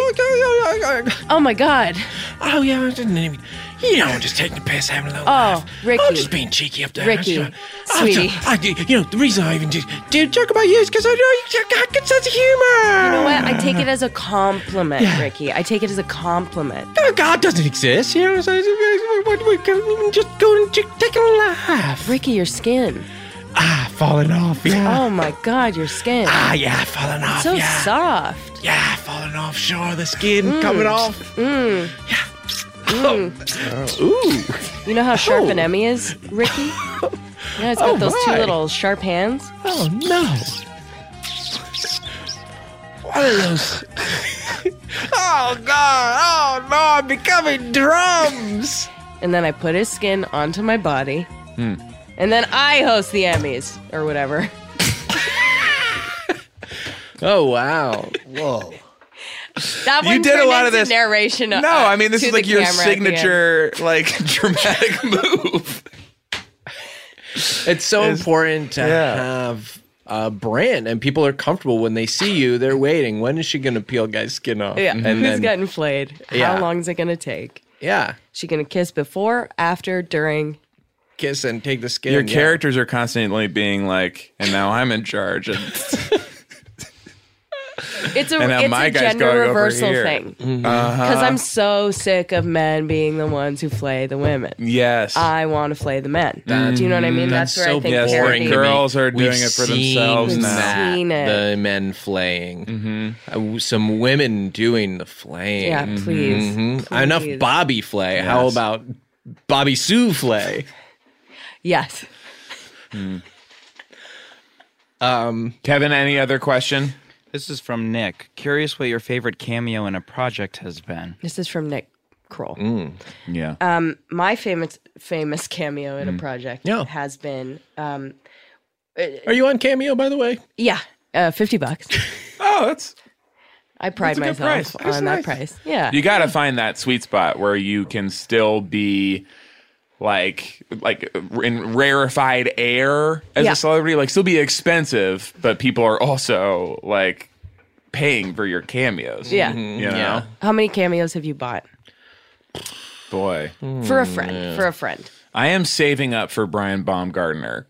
Speaker 4: Oh my god.
Speaker 2: Oh yeah, I didn't even. You know, I'm just taking the piss, having a little
Speaker 4: Oh,
Speaker 2: laugh.
Speaker 4: Ricky.
Speaker 2: I'm just being cheeky up there.
Speaker 4: Ricky,
Speaker 2: I'm just, I'm
Speaker 4: sweetie.
Speaker 2: just- I, you know, the reason I even did, did joke about you is because I know you got a good sense of humor.
Speaker 4: You know what? I take it as a compliment,
Speaker 2: Yeah.
Speaker 4: Ricky. I take it as a compliment.
Speaker 2: Oh, God doesn't exist. You know what I'm saying? What- what- what- Just go and just take a laugh.
Speaker 4: Ricky, your skin.
Speaker 2: Ah, falling off. Yeah.
Speaker 4: Oh my god, your skin.
Speaker 2: Ah, yeah, falling
Speaker 4: It's
Speaker 2: off.
Speaker 4: so
Speaker 2: yeah.
Speaker 4: soft.
Speaker 2: Yeah, falling off. Sure, the skin coming
Speaker 4: Mm.
Speaker 2: off. Oh.
Speaker 4: Mm.
Speaker 2: Ooh.
Speaker 4: You know how sharp
Speaker 3: Oh.
Speaker 4: an Emmy is, Ricky? You know, it's got
Speaker 2: Oh,
Speaker 4: those two
Speaker 2: my.
Speaker 4: little sharp hands.
Speaker 2: Oh no. What are those? oh god, oh no, I'm becoming drums.
Speaker 4: And then I put his skin onto my body.
Speaker 2: Hmm.
Speaker 4: And then I host the Emmys or whatever.
Speaker 2: Oh wow.
Speaker 6: Whoa.
Speaker 4: That
Speaker 3: You
Speaker 4: one
Speaker 3: did a
Speaker 4: turned
Speaker 3: lot of
Speaker 4: into
Speaker 3: this-
Speaker 4: narration.
Speaker 3: No,
Speaker 4: uh,
Speaker 3: I mean this
Speaker 4: to
Speaker 3: is
Speaker 4: the
Speaker 3: like your
Speaker 4: camera at the end.
Speaker 3: signature, like dramatic move.
Speaker 2: It's so important to have a brand and people are comfortable when they see you, they're waiting. When is she gonna peel guy's skin off? Mm-hmm.
Speaker 4: Yeah,
Speaker 2: And
Speaker 4: who's
Speaker 2: then
Speaker 4: getting flayed?
Speaker 2: Yeah.
Speaker 4: How long is it gonna take?
Speaker 2: Yeah.
Speaker 4: She gonna kiss before, after, during?
Speaker 2: kiss and take the skin.
Speaker 3: Your
Speaker 2: yeah.
Speaker 3: characters are constantly being like, and now I'm in charge. And
Speaker 4: It's a
Speaker 3: And now
Speaker 4: it's
Speaker 3: my
Speaker 4: a
Speaker 3: guy's
Speaker 4: gender
Speaker 3: going over
Speaker 4: reversal
Speaker 3: here.
Speaker 4: thing.
Speaker 3: Mhm.
Speaker 4: Because
Speaker 3: Uh-huh.
Speaker 4: I'm so sick of men being the ones who flay the women.
Speaker 3: Yes.
Speaker 4: I want to flay the men. Do you know what I mean? That's, where I think
Speaker 3: Yes,
Speaker 4: parody-
Speaker 3: Mm-hmm. boring. Girls are doing it for themselves
Speaker 2: seen
Speaker 3: now. Mm-hmm.
Speaker 2: that,
Speaker 4: Seen it.
Speaker 2: The men flaying. Uh, some women doing the flaying.
Speaker 4: Yeah, please,
Speaker 3: Mm-hmm.
Speaker 2: Mhm. Enough
Speaker 4: please.
Speaker 2: Bobby flay. How
Speaker 4: Yes.
Speaker 2: about Bobby Sue flay?
Speaker 4: Yes.
Speaker 3: Um, Kevin, any other question?
Speaker 5: This is from Nick. Curious what your favorite cameo in a project has been.
Speaker 4: This is from Nick Kroll.
Speaker 3: Mm.
Speaker 5: Yeah.
Speaker 4: Um, my famous famous cameo
Speaker 3: Mm.
Speaker 4: in a project
Speaker 2: Yeah.
Speaker 4: has been um,
Speaker 2: Are you on Cameo, by the way?
Speaker 4: yeah, uh, fifty bucks.
Speaker 3: oh, that's
Speaker 4: I pride
Speaker 2: that's a good price.
Speaker 4: myself
Speaker 2: That's
Speaker 4: on
Speaker 2: nice.
Speaker 4: that price. Yeah,
Speaker 3: You got to find that sweet spot where you can still be like like in rarefied air as
Speaker 4: Yeah.
Speaker 3: a celebrity, like still be expensive, but people are also like paying for your cameos.
Speaker 4: Yeah. Mhm.
Speaker 3: you know,
Speaker 4: Yeah. How many cameos have you bought
Speaker 3: boy,
Speaker 4: for a friend? For a friend,
Speaker 3: I am saving up for Brian Baumgartner.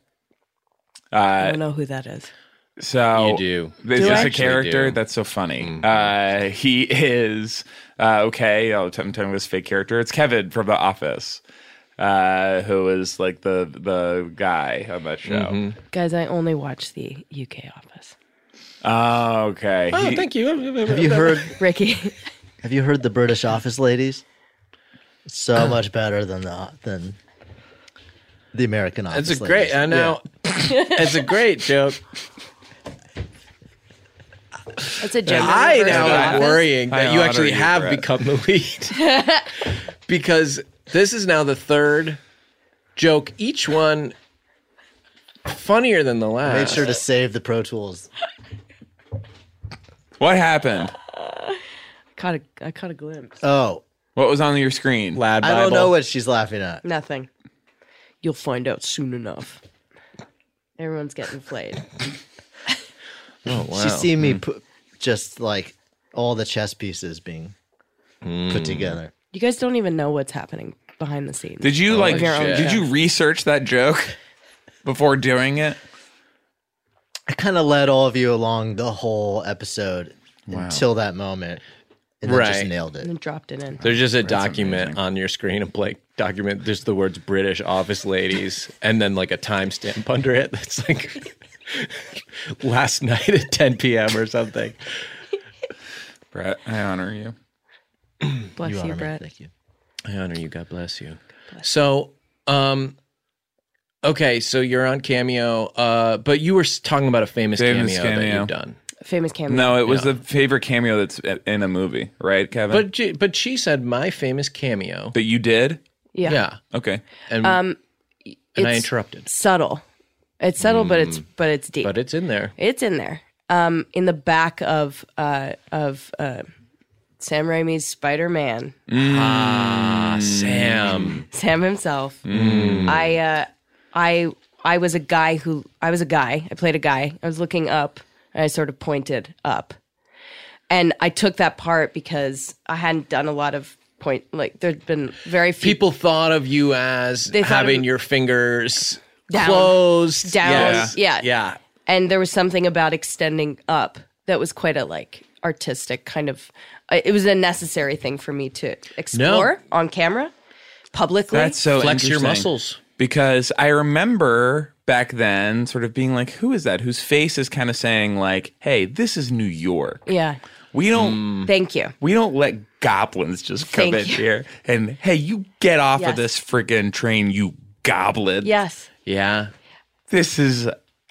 Speaker 4: I
Speaker 3: Uh,
Speaker 4: don't know who that is.
Speaker 3: So
Speaker 2: You do.
Speaker 3: This
Speaker 4: Do I?
Speaker 3: is a
Speaker 4: Actually
Speaker 3: character
Speaker 2: do.
Speaker 3: that's so funny. Uh, he is uh, okay. I'll tell him this fake character. It's Kevin from The Office, uh, who is like the the guy on that show.
Speaker 4: Guys, I only watch the UK Office.
Speaker 3: Oh, okay.
Speaker 2: Oh,
Speaker 3: He-
Speaker 2: thank you. Have
Speaker 6: you heard-
Speaker 4: Ricky,
Speaker 6: Have you heard the British Office ladies? So much better than the than the American Office.
Speaker 2: It's a
Speaker 6: ladies.
Speaker 2: great. I know. it's a great joke.
Speaker 4: that's a gender.
Speaker 2: I
Speaker 4: reversal
Speaker 2: now am
Speaker 4: office.
Speaker 2: worrying that
Speaker 3: I
Speaker 2: you
Speaker 3: honor
Speaker 2: actually
Speaker 3: you,
Speaker 2: have
Speaker 3: Brett.
Speaker 2: become the lead because this is now the third joke. Each one funnier than the last.
Speaker 6: Made sure to save the Pro Tools.
Speaker 3: What happened?
Speaker 4: Caught a, I caught a glimpse.
Speaker 6: Oh,
Speaker 3: What was on your screen?
Speaker 2: Lad
Speaker 6: I don't know what she's laughing at.
Speaker 4: Nothing. You'll find out soon enough. Everyone's getting flayed.
Speaker 2: Oh wow.
Speaker 6: She's seen me put just like all the chess pieces being
Speaker 2: Hmm.
Speaker 6: put together.
Speaker 4: You guys don't even know what's happening behind the scenes.
Speaker 3: Did you like?
Speaker 4: Of your own
Speaker 3: Did
Speaker 4: show.
Speaker 3: you research that joke? before doing it?
Speaker 6: I kind of led all of you along the whole episode until that moment, and then just
Speaker 2: Right.
Speaker 6: nailed it.
Speaker 4: And dropped it in.
Speaker 2: There's just a document on your screen of like document. There's the words British office ladies, and then like a timestamp under it. That's like last night at 10 p.m. or something.
Speaker 3: Brett, I honor you.
Speaker 4: Bless you,
Speaker 2: honor me.
Speaker 4: Brett.
Speaker 6: Thank you.
Speaker 2: I honor you. God bless you. So, um, okay, so you're on Cameo, uh, but you were s- talking about a famous,
Speaker 3: Famous
Speaker 2: cameo, that
Speaker 3: cameo.
Speaker 2: you've done.
Speaker 4: Famous cameo.
Speaker 3: No, it was
Speaker 2: Yeah.
Speaker 3: the favorite cameo that's i- in a movie, right, Kevin?
Speaker 2: But she, but she said my famous cameo.
Speaker 3: that you did.
Speaker 4: Yeah.
Speaker 3: Okay.
Speaker 2: And,
Speaker 4: Um,
Speaker 2: and I
Speaker 4: it's
Speaker 2: interrupted.
Speaker 4: Subtle. It's subtle, but it's
Speaker 2: Mm.
Speaker 4: but it's deep.
Speaker 2: But it's in there.
Speaker 4: It's in there. Um, in the back of uh of uh, Sam Raimi's Spider Man.
Speaker 2: Ah,
Speaker 3: Mm.
Speaker 2: Sam.
Speaker 4: Sam himself.
Speaker 2: Mm.
Speaker 4: I uh, I I was a guy who I was a guy. I played a guy. I was looking up and I sort of pointed up. And I took that part because I hadn't done a lot of point like there'd been very few
Speaker 2: People thought of you as
Speaker 4: They thought of
Speaker 2: having
Speaker 4: me-
Speaker 2: your fingers
Speaker 4: Down.
Speaker 2: closed.
Speaker 4: Down.
Speaker 2: Yes.
Speaker 4: Yeah.
Speaker 2: Yeah.
Speaker 4: and there was something about extending up that was quite a like artistic kind of uh, it was a necessary thing for me to explore on camera publicly
Speaker 3: That's so
Speaker 2: Flex your
Speaker 3: interesting.
Speaker 2: muscles.
Speaker 3: Because I remember back then sort of being like, who is that? Whose face is kind of saying like, hey, this is New York.
Speaker 4: yeah
Speaker 3: We
Speaker 2: Hmm. Mm.
Speaker 3: don't
Speaker 4: thank you
Speaker 3: we don't let goblins just come
Speaker 4: Thank
Speaker 3: in
Speaker 4: you.
Speaker 3: here and hey, you get off
Speaker 4: Yes.
Speaker 3: of this friggin' train, you goblin.
Speaker 4: yes
Speaker 2: Yeah.
Speaker 3: This is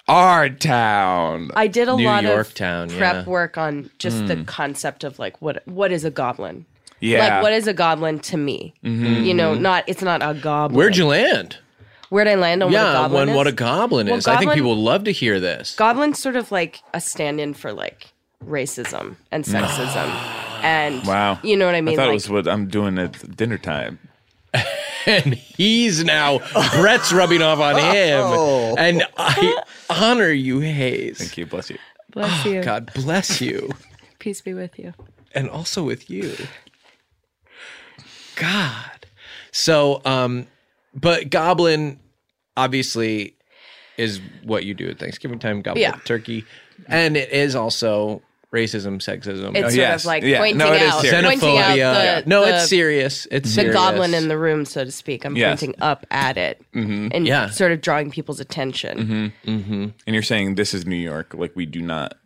Speaker 3: our town.
Speaker 4: i did a
Speaker 2: New
Speaker 4: lot
Speaker 2: York
Speaker 4: of
Speaker 2: town,
Speaker 4: prep
Speaker 2: yeah. Mm.
Speaker 4: work on just the concept of like what what is a goblin
Speaker 3: Yeah.
Speaker 4: like what is a goblin to me
Speaker 2: Mhm.
Speaker 4: you know not it's not a goblin
Speaker 2: Where'd you land?
Speaker 4: where'd i land on what a
Speaker 2: yeah,
Speaker 4: goblin
Speaker 2: when
Speaker 4: is?
Speaker 2: what a goblin
Speaker 4: Well,
Speaker 2: is. I think
Speaker 4: goblin-
Speaker 2: people would love to hear this.
Speaker 4: Goblin's sort of like a stand-in for like racism and sexism, and
Speaker 3: Wow.
Speaker 4: you know what I
Speaker 3: I
Speaker 4: mean.
Speaker 3: thought
Speaker 4: like,
Speaker 3: it was what I'm doing at dinner time.
Speaker 2: and he's now Brett's rubbing off on him.
Speaker 4: Oh.
Speaker 2: And I honor you, Hayes. Thank
Speaker 3: you. Bless you.
Speaker 4: bless you,
Speaker 2: God bless you.
Speaker 4: peace be with you.
Speaker 2: and also with you. God. So, um, but Goblin obviously is what you do at Thanksgiving time, Goblin
Speaker 4: Yeah.
Speaker 2: turkey. And it is also racism, sexism.
Speaker 4: It's sort
Speaker 3: Oh, yes.
Speaker 4: of like
Speaker 3: Yeah.
Speaker 4: pointing
Speaker 3: No, it is
Speaker 4: out,
Speaker 3: serious.
Speaker 4: pointing out
Speaker 2: xenophobia.
Speaker 4: the,
Speaker 2: no,
Speaker 4: the,
Speaker 2: it's serious. It's
Speaker 4: the
Speaker 2: serious.
Speaker 4: goblin in the room, so to speak. I'm
Speaker 3: Yes. Mm-hmm.
Speaker 4: pointing up at it and
Speaker 2: Yeah.
Speaker 4: sort of drawing people's attention.
Speaker 3: And you're saying this is New York. Like we do not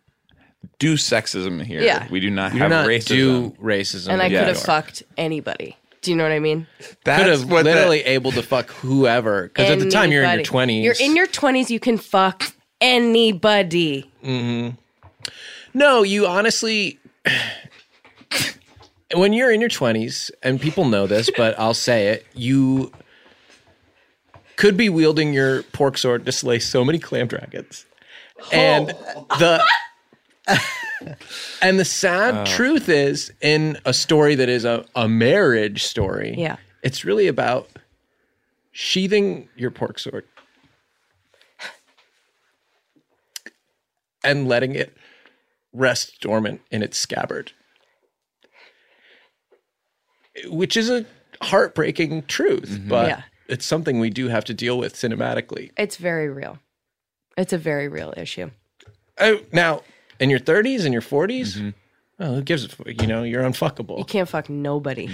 Speaker 3: do sexism here.
Speaker 4: Yeah.
Speaker 3: We do not
Speaker 2: You do
Speaker 3: have
Speaker 2: not
Speaker 3: racism.
Speaker 2: do racism.
Speaker 4: And I
Speaker 2: in
Speaker 4: could
Speaker 2: New
Speaker 4: have
Speaker 2: York.
Speaker 4: fucked anybody. Do you know what I mean?
Speaker 2: could
Speaker 3: That's
Speaker 2: have
Speaker 3: what
Speaker 2: literally
Speaker 3: literally.
Speaker 2: able to fuck whoever because at the time you're in your
Speaker 4: Anybody.
Speaker 2: 20s
Speaker 4: You're in your 20s. You can fuck anybody.
Speaker 2: no you honestly when you're in your 20s and people know this but i'll say it you could be wielding your pork sword to slay so many clam dragons and
Speaker 4: Oh.
Speaker 2: the and the
Speaker 4: Oh.
Speaker 2: sad truth is in a story that is a, a marriage story
Speaker 4: Yeah.
Speaker 2: it's really about sheathing your pork sword and letting it rest dormant in its scabbard, which is a heartbreaking truth, but
Speaker 4: Mm-hmm. Yeah.
Speaker 2: it's something we do have to deal with cinematically.
Speaker 4: It's very real. It's a very real issue.
Speaker 2: Oh, now in your 30s and your 40s, well, who gives a f- you know you're
Speaker 4: Mm-hmm. You
Speaker 2: unfuckable.
Speaker 4: can't fuck nobody.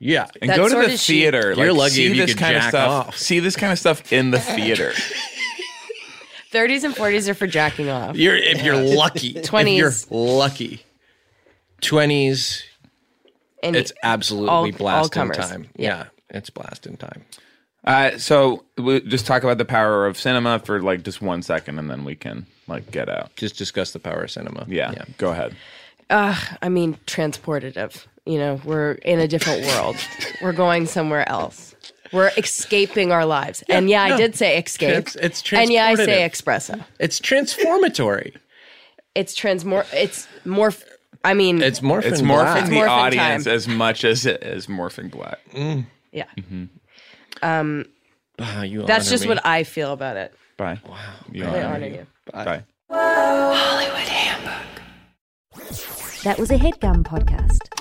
Speaker 2: Yeah,
Speaker 3: And
Speaker 4: That
Speaker 3: go to
Speaker 4: sort
Speaker 3: the
Speaker 4: of she-
Speaker 3: theater.
Speaker 2: You're
Speaker 3: like,
Speaker 2: lucky
Speaker 3: see
Speaker 2: if you
Speaker 3: this
Speaker 2: could
Speaker 3: kind
Speaker 2: jack
Speaker 3: of stuff.
Speaker 2: off.
Speaker 3: See this kind of stuff in the theater.
Speaker 4: 30s and 40s are for jacking off.
Speaker 2: you're if you're lucky. if
Speaker 4: 20s.
Speaker 2: you're lucky. 20s,
Speaker 4: And
Speaker 2: it's absolutely
Speaker 4: all- all
Speaker 2: blasting
Speaker 4: comers.
Speaker 2: time. Yeah. it's blasting time.
Speaker 3: uh, so we just talk about the power of cinema for like just one second, and then we can like get out.
Speaker 2: Just discuss the power of cinema.
Speaker 3: Yeah. Go ahead.
Speaker 4: I mean, transportative. You know, we're in a different world. we're going somewhere else. We're escaping our lives. and yeah, I
Speaker 2: no.
Speaker 4: did say escape.
Speaker 2: Trans- it's
Speaker 4: And yeah, I say
Speaker 2: transportative.
Speaker 4: espresso.
Speaker 2: It's transformatory.
Speaker 4: It's transmor. It's more. I mean,
Speaker 2: It's morphin.
Speaker 3: It's morphing
Speaker 2: black.
Speaker 3: the
Speaker 4: morphing
Speaker 3: audience
Speaker 4: time.
Speaker 3: as much as it is morphing black.
Speaker 4: yeah.
Speaker 2: Mm-hmm.
Speaker 4: Um,
Speaker 2: Ah, you
Speaker 4: That's
Speaker 2: honor
Speaker 4: just
Speaker 2: me.
Speaker 4: what I feel about it.
Speaker 3: Bye. Wow. You
Speaker 4: I
Speaker 3: honor
Speaker 4: honor
Speaker 3: me.
Speaker 4: you.
Speaker 3: Bye.
Speaker 12: That was a headgum podcast.